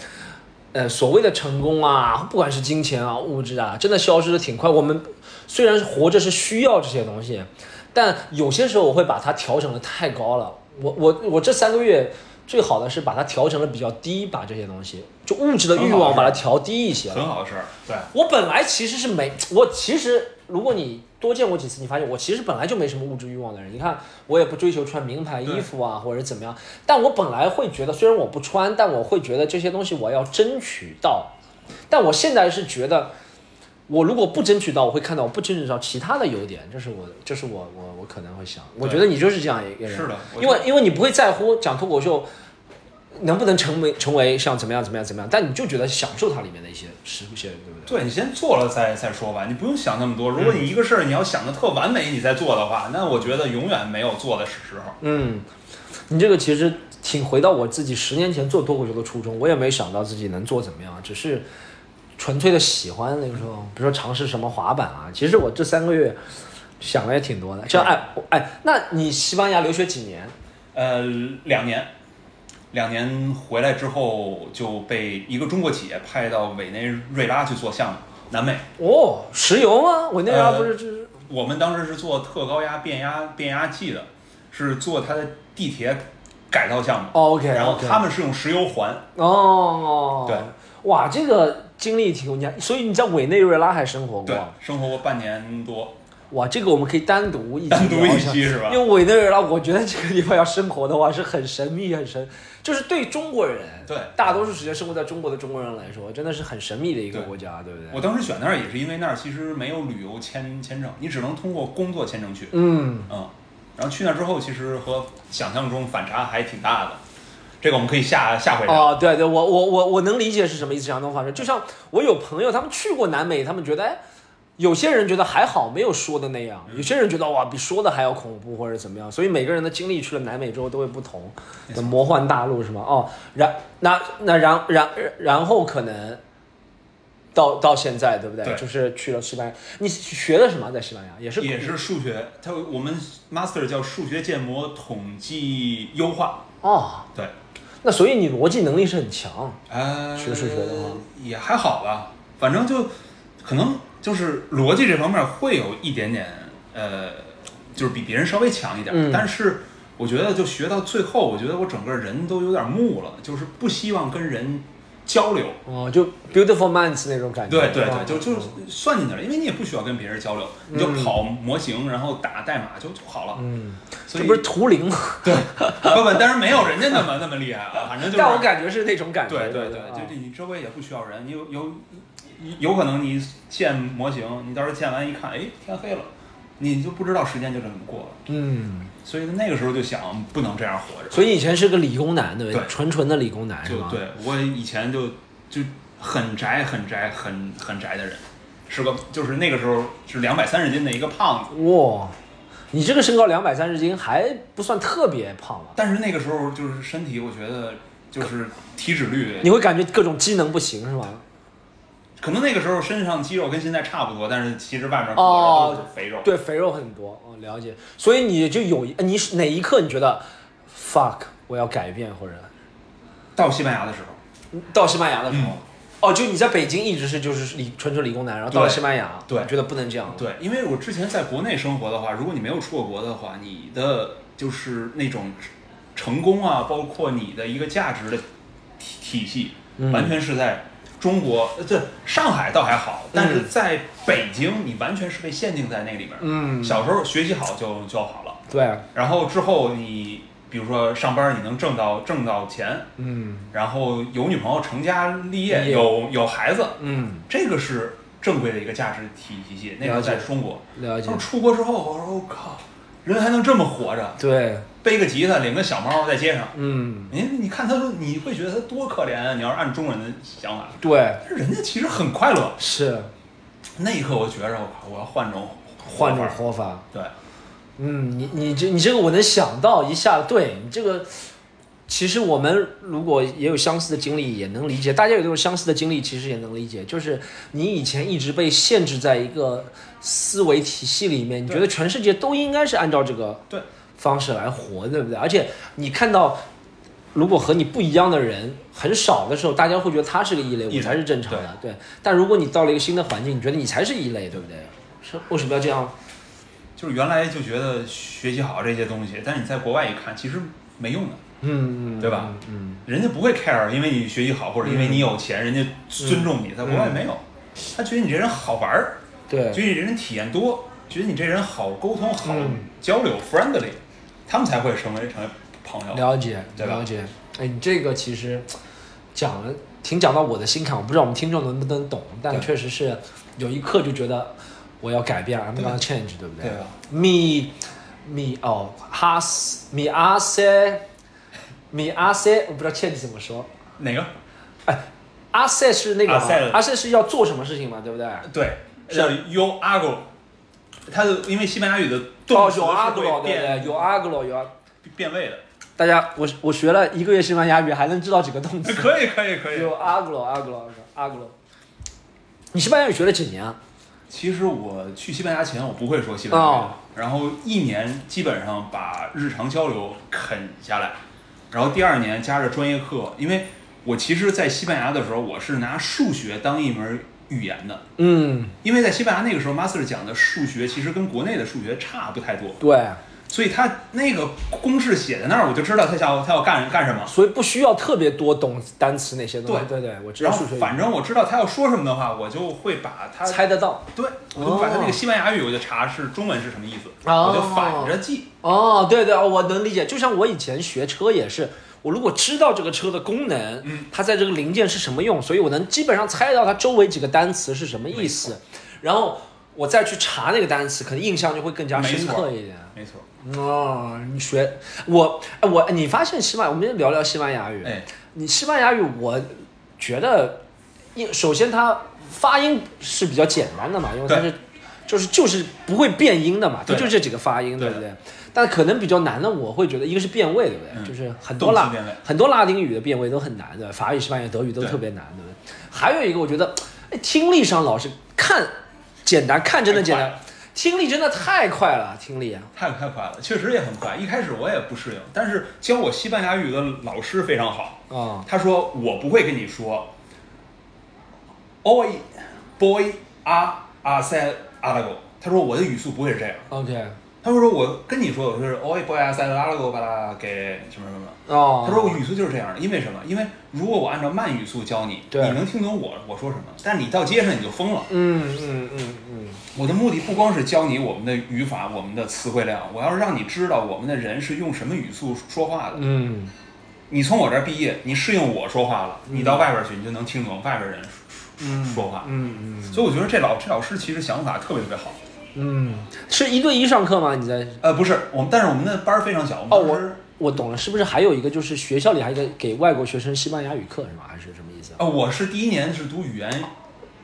S1: 呃，所谓的成功啊，不管是金钱啊、物质啊，真的消失的挺快。我们虽然活着是需要这些东西，但有些时候我会把它调整的太高了。我我我这三个月最好的是把它调整的比较低，把这些东西就物质的欲
S2: 很好
S1: 望
S2: 是
S1: 把它调低一些了。
S2: 很好的事儿，对，
S1: 我本来其实是没，我其实如果你多见我几次，你发现我其实本来就没什么物质欲望的人。你看，我也不追求穿名牌衣服啊，或者怎么样。但我本来会觉得，虽然我不穿，但我会觉得这些东西我要争取到。但我现在是觉得，我如果不争取到，我会看到我不争取到其他的优点，这是我，这是我，我我可能会想，我觉得你就是这样一个人，
S2: 是的我
S1: 因为因为你不会在乎讲脱口秀能不能成为成为像怎么样怎么样怎么样，但你就觉得享受它里面的一些事些，对不对？
S2: 对你先做了再再说吧，你不用想那么多。
S1: 嗯
S2: 如果你一个事儿你要想的特完美，你再做的话，那我觉得永远没有做的时候。
S1: 嗯，你这个其实挺回到我自己十年前做脱口秀的初衷，我也没想到自己能做怎么样，只是纯粹的喜欢。那个时候，比如说尝试什么滑板啊，其实我这三个月想的也挺多的。像哎我哎，那你西班牙留学几年？
S2: 呃，两年，两年回来之后就被一个中国企业派到委内瑞拉去做项目，南美。
S1: 哦，石油吗？我那边
S2: 呃
S1: 不是就是、
S2: 我们当时是做特高压变压变压器的，是做它的地铁改造项目。
S1: 哦，OK，
S2: 然后
S1: OK
S2: 他们是用石油环，
S1: 哦，
S2: 对，
S1: 哇，这个经历挺有你，所以你在委内瑞拉还生活过
S2: 对。，生活过半年多，
S1: 哇，这个我们可以单独一起
S2: 单独
S1: 聊
S2: 一
S1: 下
S2: 期是吧
S1: 因？为委内瑞拉，我觉得这个地方要生活的话是很神秘、很神，就是对中国人，
S2: 对
S1: 大多数时间生活在中国的中国人来说，真的是很神秘的一个
S2: 对
S1: 国家，对不对？
S2: 我当时选那儿也是因为那儿其实没有旅游签签证，你只能通过工作签证去。
S1: 嗯，
S2: 嗯，然后去那儿之后，其实和想象中反差还挺大的。这个我们可以下下回聊。
S1: 哦，对对，我我我我能理解是什么意思，想东方式。就像我有朋友，他们去过南美，他们觉得，哎，有些人觉得还好，没有说的那样；有些人觉得哇，比说的还要恐怖或者怎么样。所以每个人的经历去了南美之后都会不同。魔幻大陆是吗？哦，然那那然然然后可能到到现在对不对？
S2: 对
S1: 就是去了西班牙，你学的什么？在西班牙也是
S2: 也是数学，它我们 master 叫数学建模统计优化，
S1: 哦，
S2: 对，
S1: 那所以你逻辑能力是很强。
S2: 呃，
S1: 学数学的话
S2: 也还好吧，反正就可能就是逻辑这方面会有一点点呃，就是比别人稍微强一点，
S1: 嗯
S2: 但是我觉得就学到最后，我觉得我整个人都有点木了，就是不希望跟人交流。
S1: 哦，就 beautiful minds 那种感觉。
S2: 对对
S1: 是吧
S2: 对，就就算进去了，因为你也不需要跟别人交流，你就跑模型，然后打代码就就好了。
S1: 嗯，
S2: 所
S1: 这
S2: 以
S1: 不是图灵吗？
S2: 不不，当然没有人家那么那么厉害啊，反正就是。
S1: 但我感觉是那啊种感觉。
S2: 对对对，就这你周围也不需要人，你有有有可能你建模型，你到时候建完一看，哎，天黑了，你就不知道时间就这么过了。
S1: 嗯，
S2: 所以那个时候就想，不能这样活着。
S1: 所以以前是个理工男，对不
S2: 对
S1: 纯纯的理工男是
S2: 就
S1: 吧？
S2: 对我以前就就很宅很宅很很宅的人，是个就是那个时候是两百三十斤的一个胖子，
S1: 哇，你这个身高两百三十斤还不算特别胖啊吧？
S2: 但是那个时候就是身体，我觉得就是体脂率，
S1: 你会感觉各种机能不行是吧？
S2: 可能那个时候身上肌肉跟现在差不多，但是其实外面
S1: 哦
S2: 裹着都是肥肉。
S1: 对，肥肉很多，哦，了解。所以你就有一呃你是哪一刻你觉得 fuck 我要改变，或者
S2: 到西班牙的时候，
S1: 到西班牙的时候，
S2: 嗯
S1: 哦，就你在北京一直是就是理纯纯理工男，然后到了西班牙，
S2: 对
S1: 觉得不能这样，，
S2: 对，因为我之前在国内生活的话，如果你没有出过国的话，你的就是那种成功啊，包括你的一个价值的体体系，
S1: 嗯
S2: 完全是在中国，呃这上海倒还好，但是在北京，你完全是被限定在那里边儿。
S1: 嗯，
S2: 小时候学习好就就好了，
S1: 对，
S2: 然后之后你比如说上班，你能挣到挣到钱，
S1: 嗯
S2: 然后有女朋友、成家立
S1: 立
S2: 业、
S1: 业
S2: 有有孩子，
S1: 嗯，
S2: 这个是正规的一个价值体体系。那
S1: 了
S2: 个
S1: 解
S2: 在中国。
S1: 了解
S2: 然后，出国之后，我说我、靠，人还能这么活着，
S1: 对，
S2: 背个吉他，领个小猫在街上。
S1: 嗯
S2: 你你看他说，你会觉得他多可怜啊！你要是按中国人的想法，
S1: 对，
S2: 但是人家其实很快乐。
S1: 是
S2: 那一刻，我觉着我靠，我要换种
S1: 换种
S2: 活法
S1: 活法，
S2: 对，
S1: 嗯，你你这你这个我能想到一下，对你这个，其实我们如果也有相似的经历，也能理解。大家有这种相似的经历，其实也能理解，就是你以前一直被限制在一个思维体系里面，你
S2: 对
S1: 觉得全世界都应该是按照这个
S2: 对
S1: 方式来活，对不对？而且你看到。如果和你不一样的人很少的时候，大家会觉得他是个异类，
S2: 异
S1: 我
S2: 类
S1: 才是正常的，对。但如果你到了一个新的环境，你觉得你才是异类，对不对？是为什么要这样？
S2: 就是原来就觉得学习好这些东西，但是你在国外一看，其实没用的，
S1: 嗯嗯，
S2: 对吧
S1: 嗯？嗯
S2: 人家不会 care，因为你学习好或者因为你有钱，人家尊重
S1: 嗯
S2: 你，在国外没有，他觉得你这人好玩儿，
S1: 对，
S2: 觉得你这人体验多，觉得你这人好沟通、好
S1: 嗯
S2: 交流、friendly，他们才会成为成为朋友。
S1: 了解，
S2: 对吧
S1: 了解。哎，你这个其实讲了，挺讲到我的心坎，我不知道我们听众能不能懂，但
S2: 对
S1: 确实是有一刻就觉得我要改变，I'm
S2: 对
S1: gonna change，对不
S2: 对吧？
S1: ？Me me 哦，has me ace me ace，我不知道 change 怎么说。
S2: 哪个？
S1: 阿塞是那个
S2: 阿塞
S1: 阿塞是要做什么事情嘛，对不对？
S2: 对，
S1: 是
S2: 叫 yo argo，它的因为西班牙语的动
S1: 哦，
S2: 词
S1: 有阿
S2: 是
S1: 格
S2: 会
S1: 罗，对不对？
S2: 变
S1: 有阿格罗，有阿。
S2: 变位的。
S1: 大家，我我学了一个月西班牙语，还能知道几个动词。
S2: 可以，可以，可以。
S1: 有阿格罗，阿格罗，阿格罗。你西班牙语学了几年啊？
S2: 其实我去西班牙前，我不会说西班牙语
S1: 哦，
S2: 然后一年基本上把日常交流啃下来，然后第二年加着专业课，因为我其实，在西班牙的时候，我是拿数学当一门语言的。
S1: 嗯，
S2: 因为在西班牙那个时候，master 讲的数学其实跟国内的数学差不太多，
S1: 对，
S2: 所以他那个公式写在那儿，我就知道他要他要干干什么。
S1: 所以不需要特别多懂单词那些东西。对
S2: 对
S1: 对对，我知道
S2: 然后
S1: 数学，
S2: 反正我知道他要说什么的话，我就会把他
S1: 猜得到。
S2: 对，我就把他那个西班牙语我就查是中文是什么意思，
S1: 哦
S2: 我就反着记。
S1: 哦，对对，哦我能理解。就像我以前学车也是，我如果知道这个车的功能，
S2: 嗯，
S1: 它在这个零件是什么用，所以我能基本上猜到它周围几个单词是什么意思，然后我再去查那个单词，可能印象就会更加深刻一点。
S2: 没错，
S1: 哦，你学我哎我你发现西班牙，我们聊聊西班牙语。
S2: 哎，
S1: 你西班牙语，我觉得一首先它发音是比较简单的嘛，因为它
S2: 对
S1: 是就是就是不会变音的嘛，它
S2: 对
S1: 就这几个发音，对
S2: 对的
S1: 不对？但可能比较难的，我会觉得一个是变位，对不对？
S2: 嗯
S1: 就是很多
S2: 动词
S1: 拉
S2: 变位。
S1: 很多拉丁语的变位都很难的，法语、西班牙、德语都
S2: 对
S1: 特别难，对不对？还有一个我觉得，哎，听力上老是看简单，看真的简
S2: 太
S1: 单
S2: 快，
S1: 听力真的太快了，听力啊。
S2: 太太快了，确实也很快。一开始我也不适应，但是教我西班牙语的老师非常好，
S1: 啊
S2: 他说我不会跟你说，oi boy a a 阿塞阿拉狗，他说我的语速不会是这样。
S1: OK，
S2: 他们说我跟你说，我是 oi boy 阿塞拉拉狗巴拉给什么什么。
S1: 哦，
S2: 他说我语速就是这样的，因为什么？因为如果我按照慢语速教你，
S1: 对
S2: 你能听懂我我说什么，但你到街上你就疯了。
S1: 嗯嗯嗯嗯，
S2: 我的目的不光是教你我们的语法、我们的词汇量，我要是让你知道我们的人是用什么语速说话的。
S1: 嗯，
S2: 你从我这儿毕业，你适应我说话了，你到外边去，你就能听懂外边人说
S1: 嗯
S2: 说话。
S1: 嗯嗯
S2: 所以我觉得这老这老师其实想法特别特别好。
S1: 嗯，是一对一上课吗？你在？
S2: 呃，不是我们，但是我们的班儿非常小。
S1: 哦，
S2: 我
S1: 我
S2: 们当时
S1: 我懂了，是不是还有一个就是学校里还有一个给外国学生西班牙语课是吗？还是什么意思啊
S2: 呃，我是第一年是读语言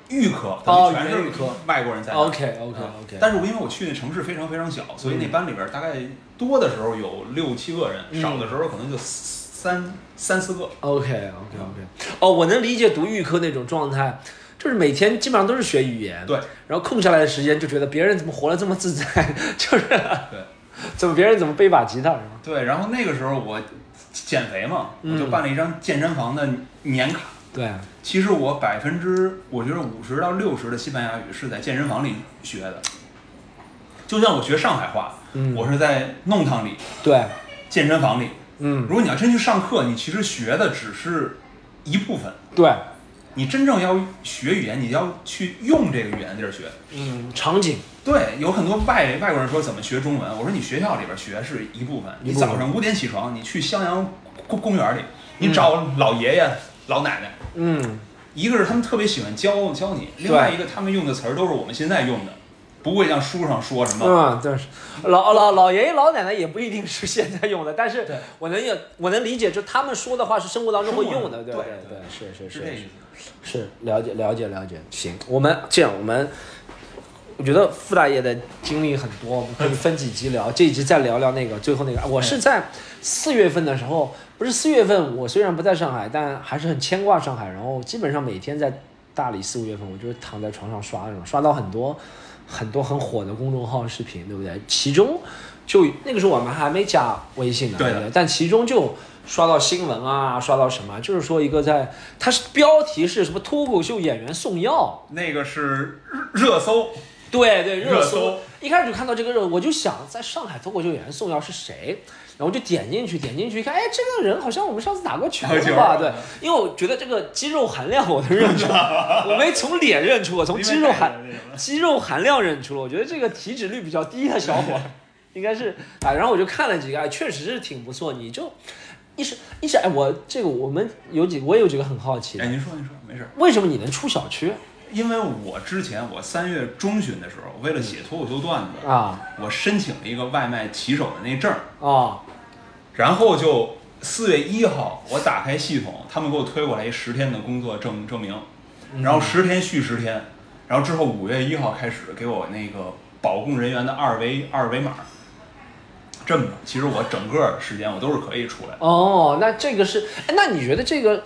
S2: 预科，
S1: 哦
S2: 等于全
S1: 语言预
S2: 是
S1: 科
S2: 外国人在那儿。
S1: ？OK OK
S2: 啊
S1: OK，
S2: 但是我因为我去那城市非常非常小，所以那班里边大概多的时候有六七个人，
S1: 嗯
S2: 少的时候可能就三三四个。
S1: OK OK OK，哦，我能理解读预科那种状态，就是每天基本上都是学语言，
S2: 对，
S1: 然后空下来的时间就觉得别人怎么活得这么自在，就是
S2: 对
S1: 怎么别人怎么背把吉他是吗？
S2: 对，然后那个时候我减肥嘛，
S1: 嗯
S2: 我就办了一张健身房的年卡。
S1: 对，
S2: 其实我百分之我觉得五十到六十的西班牙语是在健身房里学的，就像我学上海话，
S1: 嗯，
S2: 我是在弄堂里、
S1: 对，
S2: 健身房里。
S1: 嗯，
S2: 如果你要真去上课，你其实学的只是一部分。
S1: 对，
S2: 你真正要学语言，你要去用这个语言的地儿学。
S1: 嗯，场景，
S2: 对，有很多外外国人说怎么学中文，我说你学校里边学是一部分，
S1: 一部分
S2: 你早上五点起床，你去襄阳公公园里，你找老爷爷、老奶奶，
S1: 嗯，
S2: 一个是他们特别喜欢教教你，另外一个他们用的词儿都是我们现在用的，不会像书上说什么。
S1: 嗯，对，老老老爷爷老奶奶也不一定是现在用的，但是
S2: 对
S1: 我能有我能理解，就他们说的话是生活当中会用的，
S2: 生
S1: 对
S2: 活
S1: 对
S2: 对，
S1: 是是
S2: 是
S1: 是
S2: 这
S1: 是
S2: 意思，
S1: 是了解了解了解，行，我们这样，我们我觉得傅大爷的经历很多，我们可以分几集
S2: 嗯
S1: 聊，这一集再聊聊那个最后那个。我是在四月份的时候，不是四月份，我虽然不在上海，但还是很牵挂上海，然后基本上每天在大理四五月份，我就是躺在床上刷那种，刷到很多很多很火的公众号视频，对不对？其中就那个时候我们还没加微信呢，
S2: 对的
S1: 不对？但其中就刷到新闻啊，刷到什么，就是说一个在，它是标题是什么脱口秀演员送药，
S2: 那个是热热搜，
S1: 对对，
S2: 热
S1: 热搜。
S2: 搜
S1: 一开始就看到这个热搜，我就想在上海脱口秀演员宋瑶是谁，然后我就点进去，点进去一看，哎，这个人好像我们上次打过球
S2: 打过球
S1: 吧？对，因为我觉得这个肌肉含量我能认 出，我没从脸认出，我从肌肉含
S2: 因为带着那个
S1: 肌肉含量认出了。我觉得这个体脂率比较低的小伙儿， 应该是啊、哎然后我就看了几个，哎，确实是挺不错。你就一时一时，哎，我这个我们有几，我也有几个很好奇的
S2: 哎，，您说您说，没事儿。
S1: 为什么你能出小区
S2: 因为我之前我三月中旬的时候，为了写脱口秀段子，
S1: 啊？
S2: 我申请了一个外卖骑手的那证儿，
S1: 哦，
S2: 然后就四月一号我打开系统，他们给我推过来一十天的工作证证明，然后十天续十天，然后之后五月一号开始给我那个保供人员的二维二维码，这么着，其实我整个时间我都是可以出来的。
S1: 哦，那这个是，哎那你觉得这个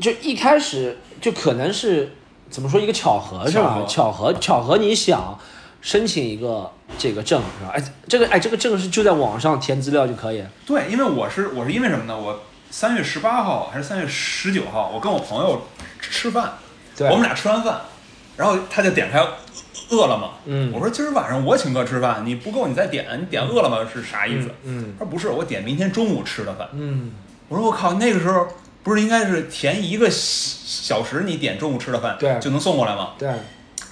S1: 就一开始就可能是怎么说一个巧合是吧？巧合，巧合，你想申请一个这个证是吧？哎，这个哎，这个证是就在网上填资料就可以。
S2: 对，因为我是我是因为什么呢？我三月十八号还是三月十九号，我跟我朋友吃饭，
S1: 对
S2: 我们俩吃完饭，然后他就点开饿了么，
S1: 嗯
S2: 我说今儿晚上我请客吃饭，你不够你再点，你点饿了么是啥意思？
S1: 嗯
S2: 他说不是，我点明天中午吃的饭。
S1: 嗯
S2: 我说我靠，那个时候不是应该是前一个小时你点中午吃的饭，
S1: 对
S2: 就能送过来吗？
S1: 对，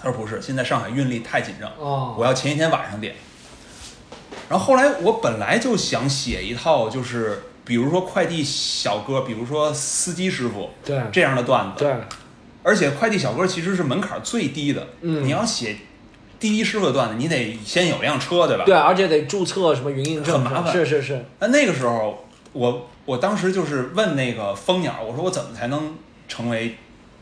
S2: 他说不是，现在上海运力太紧张，
S1: 哦，
S2: 我要前一天晚上点。然后后来我本来就想写一套，就是比如说快递小哥，比如说司机师傅
S1: 对
S2: 这样的段子，
S1: 对，
S2: 而且快递小哥其实是门槛最低的，
S1: 嗯
S2: 你要写滴滴师傅的段子，你得先有辆车，对吧？
S1: 对，而且得注册什么云印证，
S2: 很麻烦
S1: 是是是，
S2: 那那个时候，我我当时就是问那个蜂鸟，我说我怎么才能成为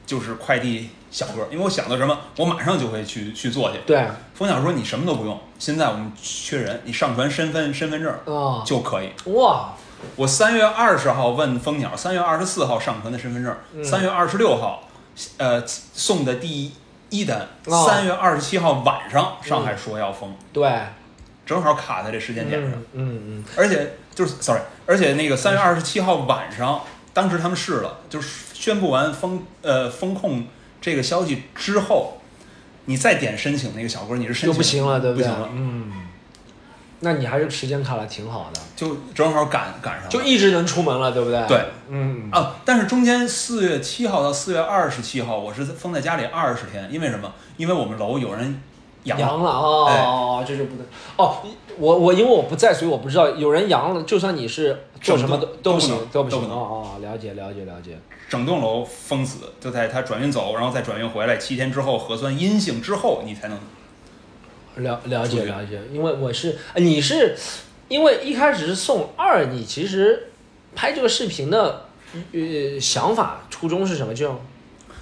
S2: 就是快递小哥？因为我想到什么，我马上就会去去做去。
S1: 对，
S2: 蜂鸟说你什么都不用，现在我们缺人，你上传身份身份证
S1: 哦，
S2: 就可以。
S1: 哇，
S2: 我三月二十号问蜂鸟，三月二十四号上传的身份
S1: 嗯
S2: 证，三月二十六号，呃送的第一单，
S1: 哦嗯
S2: 三月二十七号晚上上海说要封，
S1: 对，
S2: 正好卡在这时间点上。
S1: 嗯嗯
S2: 而且就是 sorry，而且那个三月二十七号晚上，当时他们试了，就是宣布完封呃封控这个消息之后，你再点申请那个小哥，你是申
S1: 就
S2: 请
S1: 不行了，对
S2: 不
S1: 对？
S2: 行了，
S1: 嗯，那你还是时间卡了挺好的，
S2: 就正好赶赶上了，
S1: 就一直能出门了，对不对？
S2: 对，
S1: 嗯，
S2: 啊，但是中间四月七号到四月二十七号，我是封在家里二十天，因为什么？因为我们楼有人阳了，
S1: 阳了哦，
S2: 哎
S1: 哦这就不对哦。我我因为我不在，所以我不知道有人阳了，就算你是做什么都
S2: 整个
S1: 都不
S2: 都不
S1: 行
S2: 能，
S1: 都不
S2: 都
S1: 行
S2: 不能
S1: 哦哦，了解了解了解。
S2: 整栋楼封死，就在他转运走，然后再转运回来，七天之后核酸阴性之后，你才能
S1: 了了
S2: 出
S1: 解
S2: 去
S1: 了解，因为我是呃你是，因为一开始是送二，你其实拍这个视频的呃想法初衷是什么？就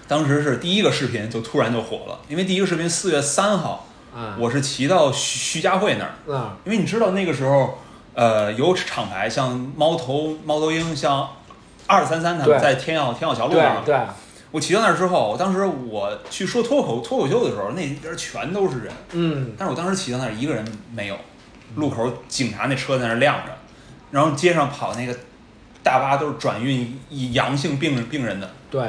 S2: 当时是第一个视频就突然就火了，因为第一个视频四月三号，
S1: 啊
S2: 我是骑到徐徐家汇那儿，
S1: 啊
S2: 因为你知道那个时候，呃，有厂牌像猫头猫头鹰，像二三三他
S1: 对
S2: 们在天耀天耀桥路
S1: 对
S2: 上，
S1: 对，
S2: 我骑到那儿之后，我当时我去说脱口脱口秀的时候，那边全都是人，
S1: 嗯
S2: 但是我当时骑到那儿一个人没有，路口警察那车在那儿亮着，然后街上跑那个大巴都是转运阳性病人病人的，
S1: 对，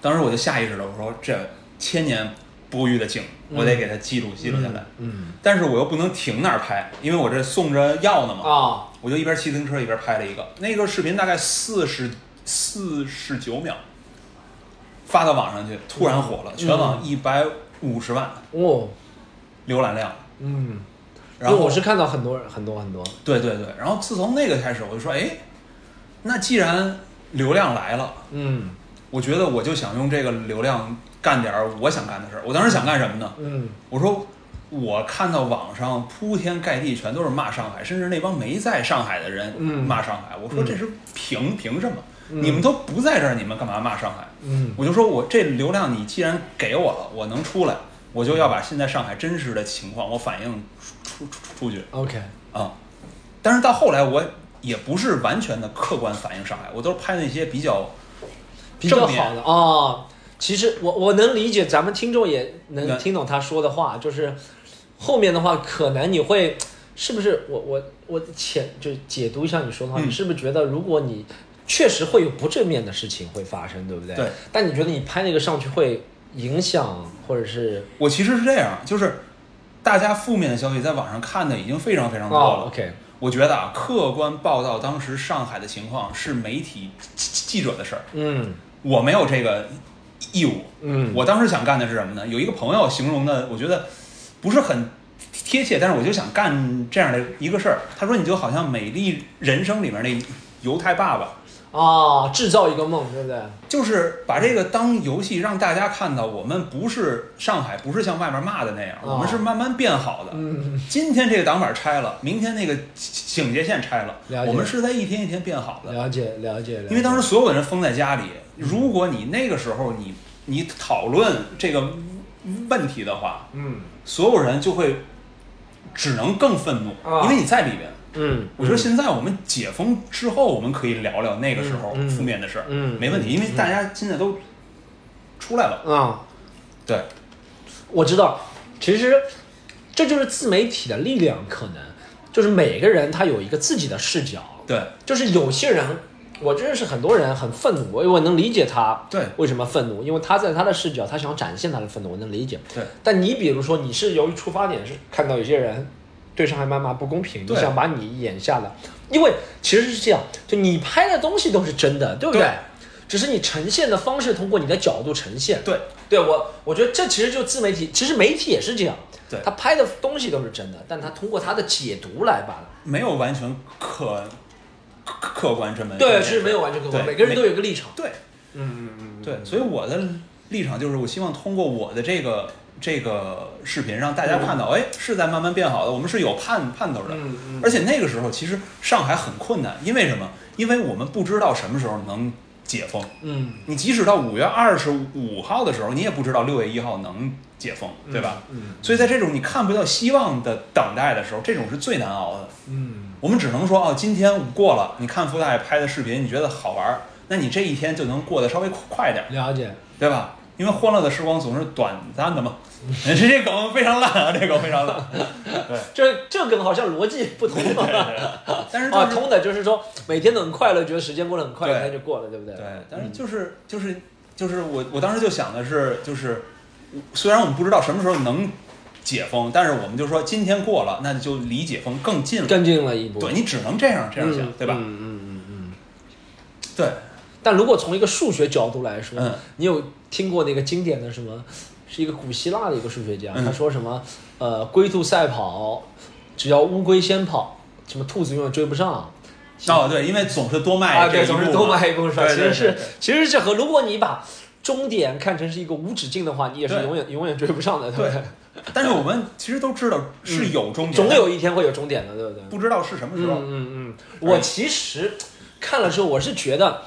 S2: 当时我就下意识的我说这千年不遇的景，我得给它记录记录下来。
S1: 嗯
S2: 但是我又不能停那儿拍，因为我这送着药呢嘛，
S1: 啊
S2: 我就一边骑自行车一边拍了一个。那个视频大概四十四十九秒，发到网上去，突然火了，全网一百五十万
S1: 哦
S2: 浏览量。
S1: 嗯，因
S2: 然
S1: 为
S2: 后
S1: 我是看到很多人很多很多，
S2: 对对对，然后自从那个开始，我就说，哎，那既然流量来了，
S1: 嗯
S2: 我觉得我就想用这个流量干点儿我想干的事儿。我当时想干什么呢？
S1: 嗯
S2: 我说，我看到网上铺天盖地全都是骂上海，甚至那帮没在上海的人
S1: 嗯
S2: 骂上海。我说
S1: 嗯
S2: 这是凭、凭什么？
S1: 嗯
S2: 你们都不在这儿，你们干嘛骂上海？
S1: 嗯
S2: 我就说我这流量你既然给我了，我能出来，我就要把现在上海真实的情况我反映出出出出去
S1: ，OK，
S2: 啊。但是到后来我也不是完全的客观反映上海，我都是拍那些比较
S1: 比较
S2: 正面
S1: 好的哦。其实我我能理解，咱们听众也能
S2: 对
S1: 听懂他说的话，就是后面的话，可能你会是不是我我我浅就解读一下你说的话，
S2: 嗯
S1: 你是不是觉得如果你确实会有不正面的事情会发生，对不对？
S2: 对。
S1: 但你觉得你拍那个上去会影响，或者是
S2: 我其实是这样，就是大家负面的消息在网上看的已经非常非常多了。
S1: 哦，OK，
S2: 我觉得啊，客观报道当时上海的情况是媒体记记者的事儿，
S1: 嗯
S2: 我没有这个义务。
S1: 嗯，
S2: 我当时想干的是什么呢？有一个朋友形容的，我觉得不是很贴切，但是我就想干这样的一个事儿。他说：“你就好像《美丽人生》里面那犹太爸爸，
S1: 哦，制造一个梦，对不对？
S2: 就是把这个当游戏，让大家看到我们不是上海，不是像外面骂的那样，
S1: 哦
S2: 我们是慢慢变好的。
S1: 嗯
S2: 今天这个挡板拆了，明天那个警戒线拆了
S1: 了，解
S2: 我们是在一天一天变好的。
S1: 了解了解了解。
S2: 因为当时所有的人封在家里，如果你那个时候你你讨论这个问题的话，
S1: 嗯
S2: 所有人就会只能更愤怒，
S1: 啊
S2: 因为你在里边。
S1: 嗯，
S2: 我觉得现在我们解封之后，我们可以聊聊那个时候
S1: 嗯嗯
S2: 负面的事儿，
S1: 嗯
S2: 没问题，因为大家现在都出来了。
S1: 啊。
S2: 对，
S1: 我知道，其实这就是自媒体的力量，可能就是每个人他有一个自己的视角，
S2: 对，
S1: 就是有些人，我认识很多人很愤怒，我我能理解他，
S2: 对
S1: 为什么愤怒，因为他在他的视角，他想展现他的愤怒，我能理解。
S2: 对，
S1: 但你比如说，你是由于出发点是看到有些人对上海妈妈不公平，你
S2: 对
S1: 想把你眼下的，因为其实是这样，就你拍的东西都是真的，对不对？
S2: 对
S1: 只是你呈现的方式，通过你的角度呈现。
S2: 对，
S1: 对我，我觉得这其实就自媒体，其实媒体也是这样，
S2: 对
S1: 他拍的东西都是真的，但他通过他的解读来把，
S2: 没有完全客客客观这么
S1: 对，是没有完全客观，
S2: 对
S1: 每个人都有一个立场，
S2: 对
S1: 嗯嗯
S2: 对，所以我的立场就是，我希望通过我的这个这个视频，让大家看到，哎，是在慢慢变好的，我们是有盼盼头的。
S1: 嗯嗯
S2: 而且那个时候，其实上海很困难，因为什么？因为我们不知道什么时候能解封。
S1: 嗯，
S2: 你即使到五月二十五号的时候，你也不知道六月一号能解封，对吧？
S1: 嗯
S2: 所以在这种你看不到希望的等待的时候，这种是最难熬的。
S1: 嗯
S2: 我们只能说哦，今天过了，你看福大爷拍的视频，你觉得好玩儿，那你这一天就能过得稍微快点儿
S1: 嗯，，了解，
S2: 对吧？因为欢乐的时光总是短暂 的嘛。这这梗非常烂啊，这梗非常烂。
S1: 这这个好像逻辑不同。
S2: 但是
S1: 啊，
S2: 就是、
S1: 通的就是说每天都很快乐，觉得时间过得很快，
S2: 对
S1: 那就过了，对不对？
S2: 对，但是就是就是就是我我当时就想的是，就是虽然我们不知道什么时候能解封，但是我们就说今天过了，那就离解封更近了。
S1: 更进了一步，
S2: 对你只能这样这样想，
S1: 嗯
S2: 对吧？
S1: 嗯嗯嗯嗯。
S2: 对，
S1: 但如果从一个数学角度来说，
S2: 嗯
S1: 你有听过那个经典的什么？是一个古希腊的一个数学家，
S2: 嗯
S1: 他说什么？呃，龟兔赛跑，只要乌龟先跑，什么兔子永远追不上。
S2: 哦，对，因为总是多
S1: 啊，
S2: 卖哎
S1: 对，
S2: 这一步
S1: 总
S2: 嘛
S1: 是多迈一步是吧？
S2: 对
S1: 其
S2: 对
S1: 实
S2: 对
S1: 是
S2: 对
S1: 其实是和如果你把终点看成是一个无止境的话，你也是
S2: 对
S1: 永远永远追不上的，对不对？
S2: 但是我们其实都知道是有终点，
S1: 嗯总有一天会有终点的，对不对？
S2: 不知道是什么时
S1: 嗯
S2: 候。
S1: 嗯嗯，我其实看了之后，我是觉得，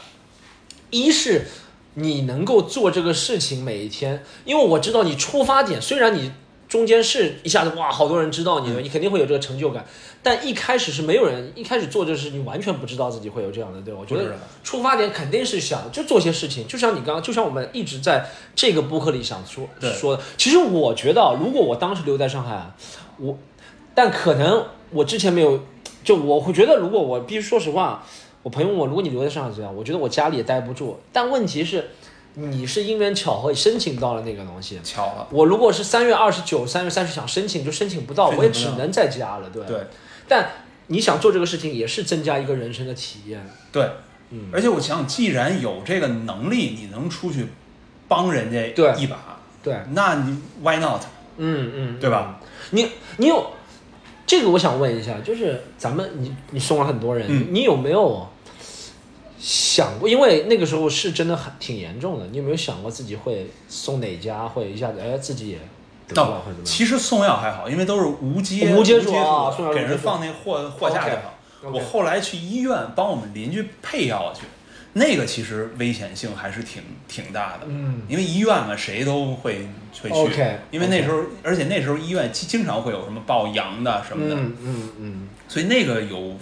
S1: 一是你能够做这个事情每一天，因为我知道你出发点，虽然你中间是一下子哇，好多人知道
S2: 嗯
S1: 你了，你肯定会有这个成就感，但一开始是没有人，一开始做这事你完全不知道自己会有这样的，对吧我觉
S2: 不知
S1: 得
S2: 道
S1: 出发点肯定是想就做些事情，就像你刚刚，就像我们一直在这个播客里想说
S2: 对
S1: 说的，其实我觉得啊，如果我当时留在上海啊，我但可能我之前没有，就我会觉得，如果我必须说实话，我朋友问我，如果你留在上海怎么样？我觉得我家里也待不住。但问题是，你是因缘巧合申请到了那个东西。
S2: 巧了，
S1: 我如果是三月二十九、三月三十想申请，就申请不到，
S2: 申请
S1: 我也
S2: 不
S1: 只
S2: 到
S1: 能在家了，对。
S2: 对
S1: 但你想做这个事情，也是增加一个人生的体验。
S2: 对，
S1: 嗯
S2: 而且我想，既然有这个能力，你能出去帮人家
S1: 对
S2: 一把，
S1: 对，
S2: 那你 why not？
S1: 嗯嗯，
S2: 对吧
S1: 嗯？你你有这个，我想问一下，就是咱们你你送了很多人，
S2: 嗯
S1: 你有没有想过？因为那个时候是真的很挺严重的，你有没有想过自己会送哪家？会一下子哎自己也得了
S2: 到
S1: 或者怎么样？
S2: 其实送药还好，因为都是无接
S1: 无接触
S2: 触
S1: 啊送药
S2: 给
S1: 无接
S2: 人
S1: 触
S2: 放那货货架就好。
S1: OK，OK
S2: 我后来去医院帮我们邻居配药去，那个其实危险性还是挺挺大的。
S1: 嗯
S2: 因为医院嘛，谁都会会去
S1: OK，
S2: 因为那时候而且那时候医院经经常会有什么报阳的什么的，
S1: 嗯嗯嗯，
S2: 所以那个有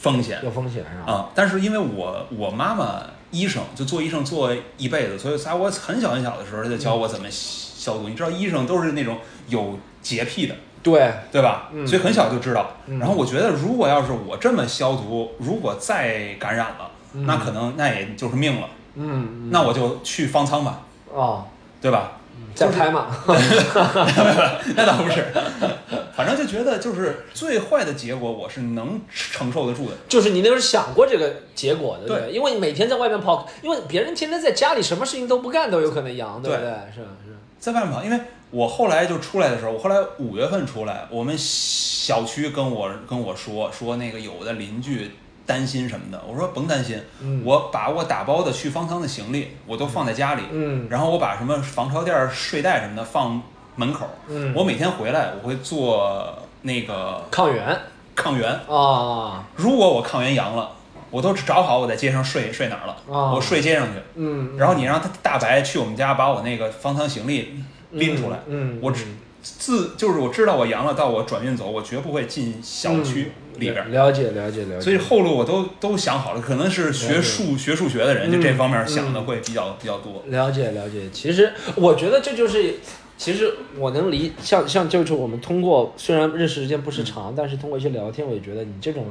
S2: 风险
S1: 有风险是吧？
S2: 啊。但是因为我我妈妈医生，就做医生做一辈子，所以在我很小很小的时候，她就教我怎么消毒。你知道，医生都是那种有洁癖的，
S1: 对，
S2: 对吧？
S1: 嗯
S2: 所以很小就知道。
S1: 嗯
S2: 然后我觉得，如果要是我这么消毒，如果再感染了，
S1: 嗯
S2: 那可能那也就是命了。
S1: 嗯，嗯
S2: 那我就去方舱吧，
S1: 哦，
S2: 对吧？
S1: 再拍嘛，
S2: 那倒不是， 反正就觉得就是最坏的结果，我是能承受得住的。
S1: 就是你那时候想过这个结果的，
S2: 对
S1: 对，因为你每天在外面跑，因为别人天天在家里什么事情都不干都有可能阳，对不对？是是。
S2: 在外面跑，因为我后来就出来的时候，我后来五月份出来，我们小区跟我跟我说说那个有的邻居担心什么的，我说甭担心，
S1: 嗯
S2: 我把我打包的去方舱的行李我都放在家里，
S1: 嗯
S2: 然后我把什么防潮垫儿、睡袋什么的放门口，
S1: 嗯
S2: 我每天回来我会做那个
S1: 抗原
S2: 抗原，
S1: 啊，
S2: 如果我抗原阳了，我都找好我在街上睡睡哪儿了，
S1: 啊
S2: 我睡街上去。
S1: 嗯，
S2: 然后你让他大白去我们家把我那个方舱行李拎出来，
S1: 嗯，嗯
S2: 我只自就是我知道我阳了，到我转运走，我绝不会进小区里边。
S1: 嗯了解了解了解，
S2: 所以后路我都都想好了，可能是学数学数学的人，
S1: 嗯
S2: 就这方面想的会比较、比较多。
S1: 了解了解，其实我觉得这就是，其实我能理像像就是我们通过虽然认识时间不
S2: 嗯
S1: 是长，但是通过一些聊天，我也觉得你这种。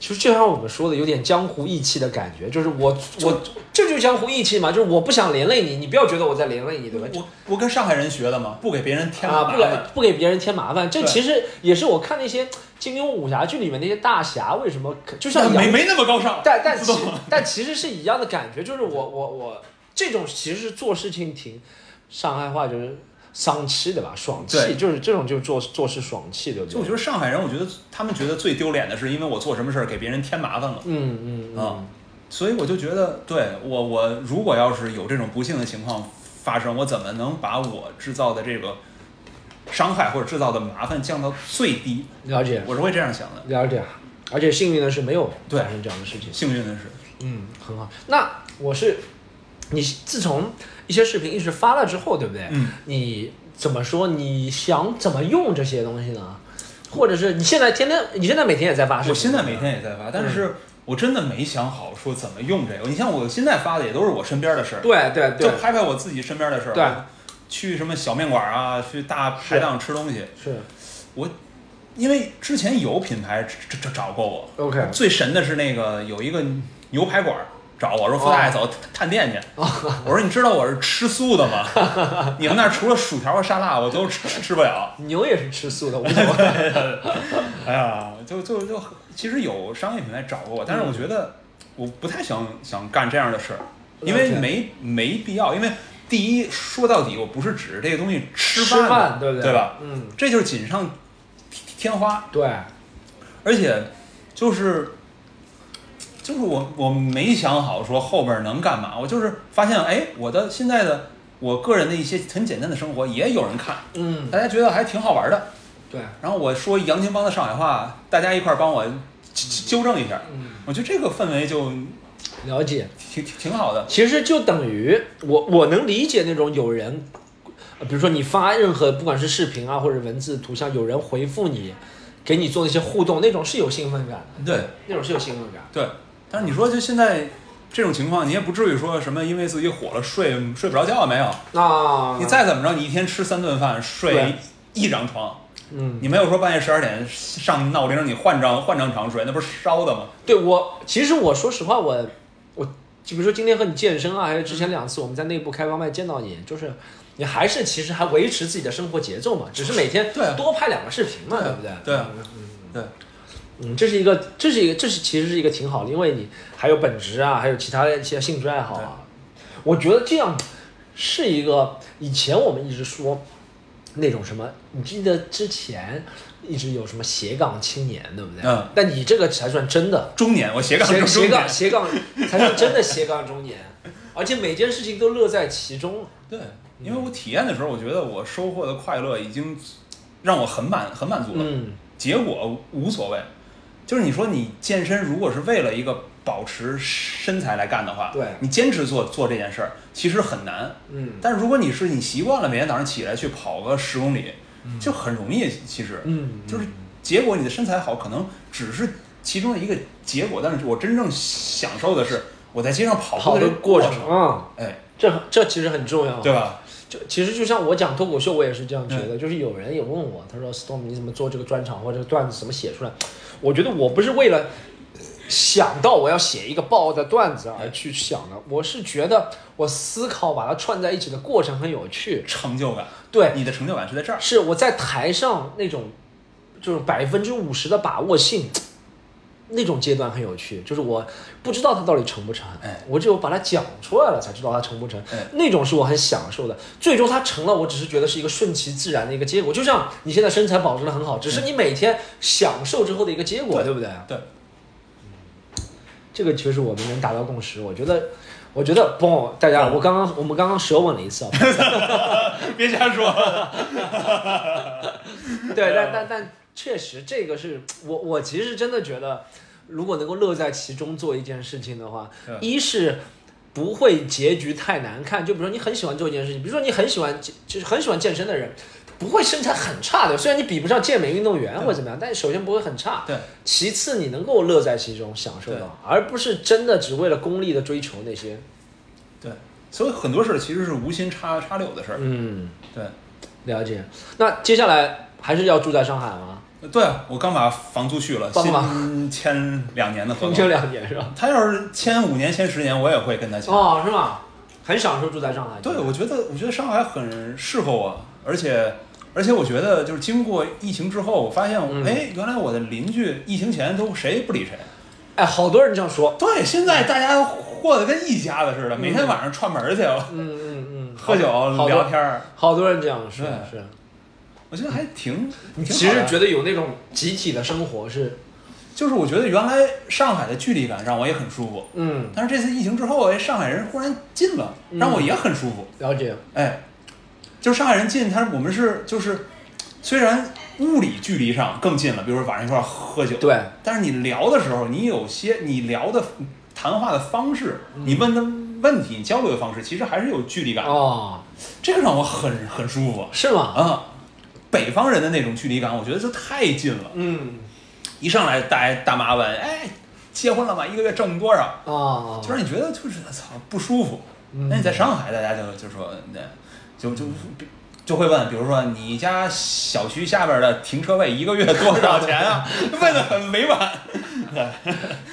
S1: 其实就像我们说的，有点江湖义气的感觉，就是我我这就是江湖义气嘛，就是我不想连累你，你不要觉得我在连累你，对吧？
S2: 我我跟上海人学的嘛，不给别人添
S1: 啊，
S2: 麻
S1: 不
S2: 烦。
S1: 给不给别人添麻烦，这
S2: 对
S1: 其实也是我看那些金庸武侠剧里面那些大侠为什么可就像
S2: 但
S1: 杨
S2: 没没那么高 尚，
S1: 但但
S2: 自
S1: 其
S2: 动
S1: 但其实是一样的感觉，就是我我我这种其实是做事情挺上海话就是丧气的吧，爽气，
S2: 对
S1: 就是这种就是做做事爽气，对不
S2: 就我
S1: 对
S2: 觉？得上海人，我觉得他们觉得最丢脸的是，因为我做什么事儿给别人添麻烦了。
S1: 嗯嗯嗯
S2: 啊，所以我就觉得，对我我如果要是有这种不幸的情况发生，我怎么能把我制造的这个伤害或者制造的麻烦降到最低？
S1: 了解
S2: 我是会这样想的。
S1: 了解，而且幸运的是没有
S2: 对
S1: 发生这样的事情。
S2: 幸运的是，
S1: 嗯，很好。那我是你自从一些视频一直发了之后，对不对？
S2: 嗯，
S1: 你怎么说？你想怎么用这些东西呢？或者是你现在天天，你现在每天也在发视频？
S2: 我现在每天也在发，但
S1: 嗯
S2: 是我真的没想好说怎么用这个。你像我现在发的也都是我身边的事儿，
S1: 对对
S2: 就
S1: 对，
S2: 拍拍我自己身边的事儿。啊
S1: 对，
S2: 去什么小面馆啊，去大排档吃东西。
S1: 是
S2: 我因为之前有品牌找找找过我，
S1: OK。
S2: 最神的是那个有一个牛排馆儿，找我说傅大爷
S1: 哦
S2: 走探店去，我说你知道我是吃素的 吗？你们那儿除了薯条和沙拉我都吃吃不了。
S1: 牛也是吃素的，无 所谓。嗯
S2: 哎呀，就就就其实有商业品牌找过我，但是我觉得我不太想想干这样的事儿，因为
S1: 嗯了解
S2: 没没必要。因为第一，说到底，我不是指这个东西吃
S1: 吃
S2: 饭，
S1: 饭对
S2: 对
S1: 不对
S2: 吧？
S1: 嗯，
S2: 这就是锦上添花，
S1: 对，
S2: 而且就是就是我我没想好说后边能干嘛，我就是发现哎，我的现在的我个人的一些很简单的生活也有人看，
S1: 嗯，
S2: 大家觉得还挺好玩的。
S1: 对，
S2: 然后我说杨金帮的上海话，大家一块儿帮我纠纠正一下。
S1: 嗯，
S2: 我觉得这个氛围就
S1: 了解。
S2: 挺挺挺好的。
S1: 其实就等于我我能理解那种有人，呃比如说你发任何不管是视频啊或者文字图像，有人回复你，给你做一些互动，那种是有兴奋感的，
S2: 对
S1: 那种是有兴奋感。
S2: 对，但是你说就现在这种情况，你也不至于说什么因为自己火了睡睡不着觉没有？
S1: 那
S2: 你再怎么着，你一天吃三顿饭，睡
S1: 啊对
S2: 一张床，
S1: 嗯，
S2: 你没有说半夜十二点上闹铃，你换张换张床睡，那不是烧的吗？
S1: 对我其实我说实话，我我就比如说今天和你健身啊，还有之前两次我们在内部开放麦见到你，就是你还是其实还维持自己的生活节奏嘛，只是每天
S2: 对啊
S1: 多拍两个视频嘛，
S2: 对
S1: 对
S2: 啊
S1: 不对？
S2: 对啊
S1: 嗯
S2: 对，
S1: 嗯，这是一个，这是一个，这是其实是一个挺好的，因为你还有本职啊，还有其他的一些兴趣爱好啊。我觉得这样是一个，以前我们一直说那种什么，你记得之前一直有什么斜杠青年，对不对？
S2: 嗯。
S1: 但你这个才算真的，
S2: 中年我斜杠
S1: 斜
S2: 中
S1: 斜
S2: 中
S1: 杠
S2: 年，
S1: 斜杠才算真的斜杠中年，而且每件事情都乐在其中。
S2: 对，因为我体验的时候，我觉得我收获的快乐已经让我很满很满足了。
S1: 嗯，
S2: 结果无所谓。就是你说你健身，如果是为了一个保持身材来干的话，
S1: 对
S2: 你坚持做做这件事儿，其实很难。
S1: 嗯，
S2: 但如果你是你习惯了每天早上起来去跑个十公里，就很容易。其实，
S1: 嗯
S2: 就是结果你的身材好，可能只是其中的一个结果，但是我真正享受的是我在街上跑
S1: 跑
S2: 的
S1: 的
S2: 这个
S1: 过程
S2: 程，
S1: 啊、
S2: 哎，
S1: 这这其实很重要。
S2: 对嗯吧？
S1: 就其实就像我讲脱口秀，我也是这样觉得。就是有人也问我，他说 Storm 你怎么做这个专场或者这个段子怎么写出来？我觉得我不是为了想到我要写一个爆的段子而去想的，我是觉得我思考把它串在一起的过程很有趣。
S2: 成就感，
S1: 对，
S2: 你的成就感是在这儿，
S1: 是我在台上那种就是百分之五十的把握性。那种阶段很有趣，就是我不知道它到底成不成，
S2: 哎
S1: 我只有把它讲出来了才知道它成不成，
S2: 哎
S1: 那种是我很享受的。最终它成了，我只是觉得是一个顺其自然的一个结果，就像你现在身材保持的很好，只是你每天享受之后的一个结果，
S2: 嗯对
S1: 对不对？
S2: 对，
S1: 这个其实我们能达到共识，我觉得，我觉得，不，大
S2: 嗯
S1: 家，我刚刚我们刚刚舌吻了一次啊，
S2: 别瞎说。
S1: 对，
S2: 嗯
S1: 但但但确实，这个是我我其实真的觉得，如果能够乐在其中做一件事情的话
S2: 对，
S1: 一是不会结局太难看。就比如说你很喜欢做一件事情，比如说你很喜欢健就是很喜欢健身的人，不会身材很差的。虽然你比不上健美运动员或者怎么样，但首先不会很差。
S2: 对，
S1: 其次你能够乐在其中，享受
S2: 对
S1: 到，而不是真的只为了功利的追求那些。
S2: 对，所以很多事儿其实是无心插插柳的事儿。
S1: 嗯，
S2: 对，
S1: 了解。那接下来还是要住在上海吗？
S2: 对啊，我刚把房租续了，
S1: 帮
S2: 新签两年的合
S1: 这
S2: 同。
S1: 两年是吧？
S2: 他要是签五年、签十年，我也会跟他签。
S1: 哦，是吗？很享受住在上海。
S2: 对，我觉得，我觉得上海很适合我，而且，而且我觉得就是经过疫情之后，我发现，
S1: 嗯
S2: 哎，原来我的邻居疫情前都谁也不理谁。
S1: 哎，好多人这样说。
S2: 对，现在大家过得跟一家子似的，每天晚上串门儿去，
S1: 嗯嗯嗯，
S2: 喝酒
S1: 嗯好
S2: 聊
S1: 多
S2: 天儿，
S1: 好多人这样是
S2: 对
S1: 是。
S2: 我觉得还挺。挺
S1: 其
S2: 好
S1: 实
S2: 的
S1: 觉得有那种集体的生活是，
S2: 就是我觉得原来上海的距离感让我也很舒服，
S1: 嗯，
S2: 但是这次疫情之后，哎，上海人忽然进了，
S1: 嗯
S2: 让我也很舒服。
S1: 了解。
S2: 哎，就是上海人进，他我们是就是，虽然物理距离上更近了，比如说晚上一块儿喝酒，，
S1: 对，
S2: 但是你聊的时候，你有些你聊的谈话的方式，你问的问题，你交流的方式，其实还是有距离感，
S1: 嗯哦，
S2: 这个让我很很舒服
S1: 是吗？
S2: 啊。北方人的那种距离感，我觉得就太近了。
S1: 嗯，
S2: 一上来大大妈问，哎，结婚了吗？一个月挣多少？
S1: 哦，
S2: 就让你觉得就是操不舒服。
S1: 嗯
S2: 那你在上海，大家就就说那，就就就就会问，比如说你家小区下边的停车位一个月多少 钱啊？问的很委婉，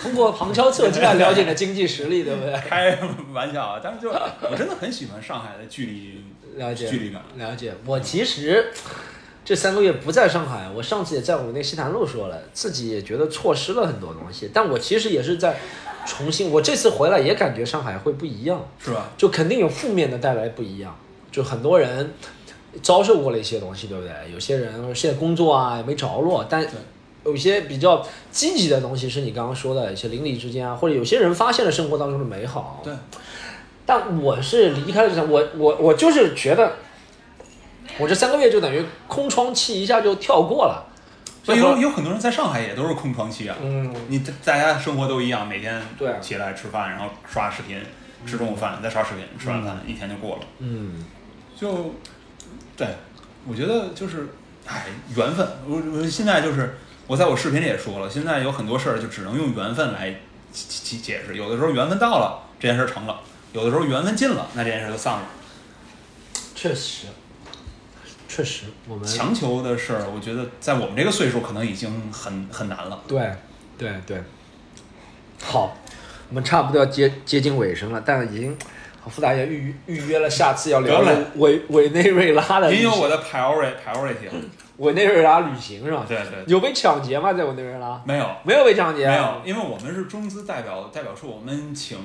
S1: 通过旁敲侧击来了解你的经济实力，对不对？
S2: 开什么玩笑啊！但是就我真的很喜欢上海的距离
S1: 了解，
S2: 距离感，
S1: 了解。我其实这三个月不在上海，我上次也在我们那西坛路说了，自己也觉得错失了很多东西。但我其实也是在重新，我这次回来也感觉上海会不一样，
S2: 是吧？
S1: 就肯定有负面的带来不一样，就很多人遭受过了一些东西，对不对？有些人现在工作啊也没着落，但
S2: 对
S1: 有一些比较积极的东西是你刚刚说的一些邻里之间啊，或者有些人发现了生活当中的美好。
S2: 对，
S1: 但我是离开了这场，我我我就是觉得，我这三个月就等于空窗期一下就跳过了，
S2: 所以哎有有很多人在上海也都是空窗期啊。
S1: 嗯，
S2: 你大家生活都一样，每天
S1: 对啊
S2: 起来吃饭，然后刷视频，吃中午饭，再刷视频，吃完饭一天就过了。
S1: 嗯，
S2: 就对，我觉得就是哎，缘分。我我现在就是我在我视频里也说了，现在有很多事儿就只能用缘分来解解释。有的时候缘分到了，这件事儿成了；有的时候缘分尽了，那这件事儿就散了。
S1: 确实，确实，我们
S2: 强求的事儿，我觉得在我们这个岁数可能已经很很难了。
S1: 对对对，好，我们差不多要接接近尾声了，但已经傅大爷预预约了下次要聊
S2: 不要来
S1: 委委内瑞拉的旅
S2: 您有
S1: 行，
S2: 我的 priority priority，了
S1: 委内瑞拉旅行是吧？
S2: 对对，对
S1: 有被抢劫吗？在委内瑞拉
S2: 没有。
S1: 没有被抢劫，
S2: 没有，因为我们是中资代表代表处，我们请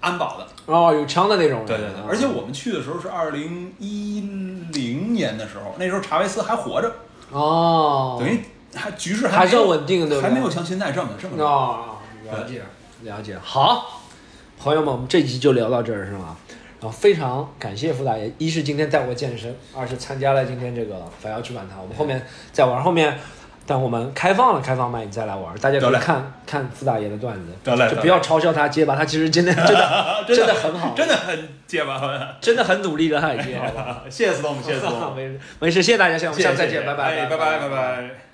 S2: 安保的。
S1: 哦，有枪的那种人，
S2: 对对对
S1: 啊，
S2: 而且我们去的时候是二零一零年的时候，那时候查韦斯还活着，
S1: 哦，
S2: 等于还局势
S1: 还
S2: 没
S1: 算
S2: 有
S1: 稳定，对不对？
S2: 还没有像现在这么这么乱。
S1: 哦，了解了解。好，朋友们，我们这集就聊到这儿是吗？然后非常感谢傅大爷，一是今天带我健身，二是参加了今天这个反摇曲板堂。我们后面再玩，后面等我们开放了，开放麦你再来玩，大家可
S2: 得
S1: 以
S2: 嘞
S1: 看看傅大爷的段子，
S2: 得嘞
S1: 就
S2: 得
S1: 不
S2: 嘞
S1: 要嘲笑他结巴，他其实今天真的真的很好，
S2: 真的很结巴，
S1: 真的很努力的他已经，好吧？
S2: 谢谢 Storm，谢谢 Storm，
S1: 没事没事，谢谢大家，谢谢我们
S2: 谢谢
S1: 下次再见，
S2: 谢谢
S1: 拜拜，
S2: 哎拜拜拜。拜。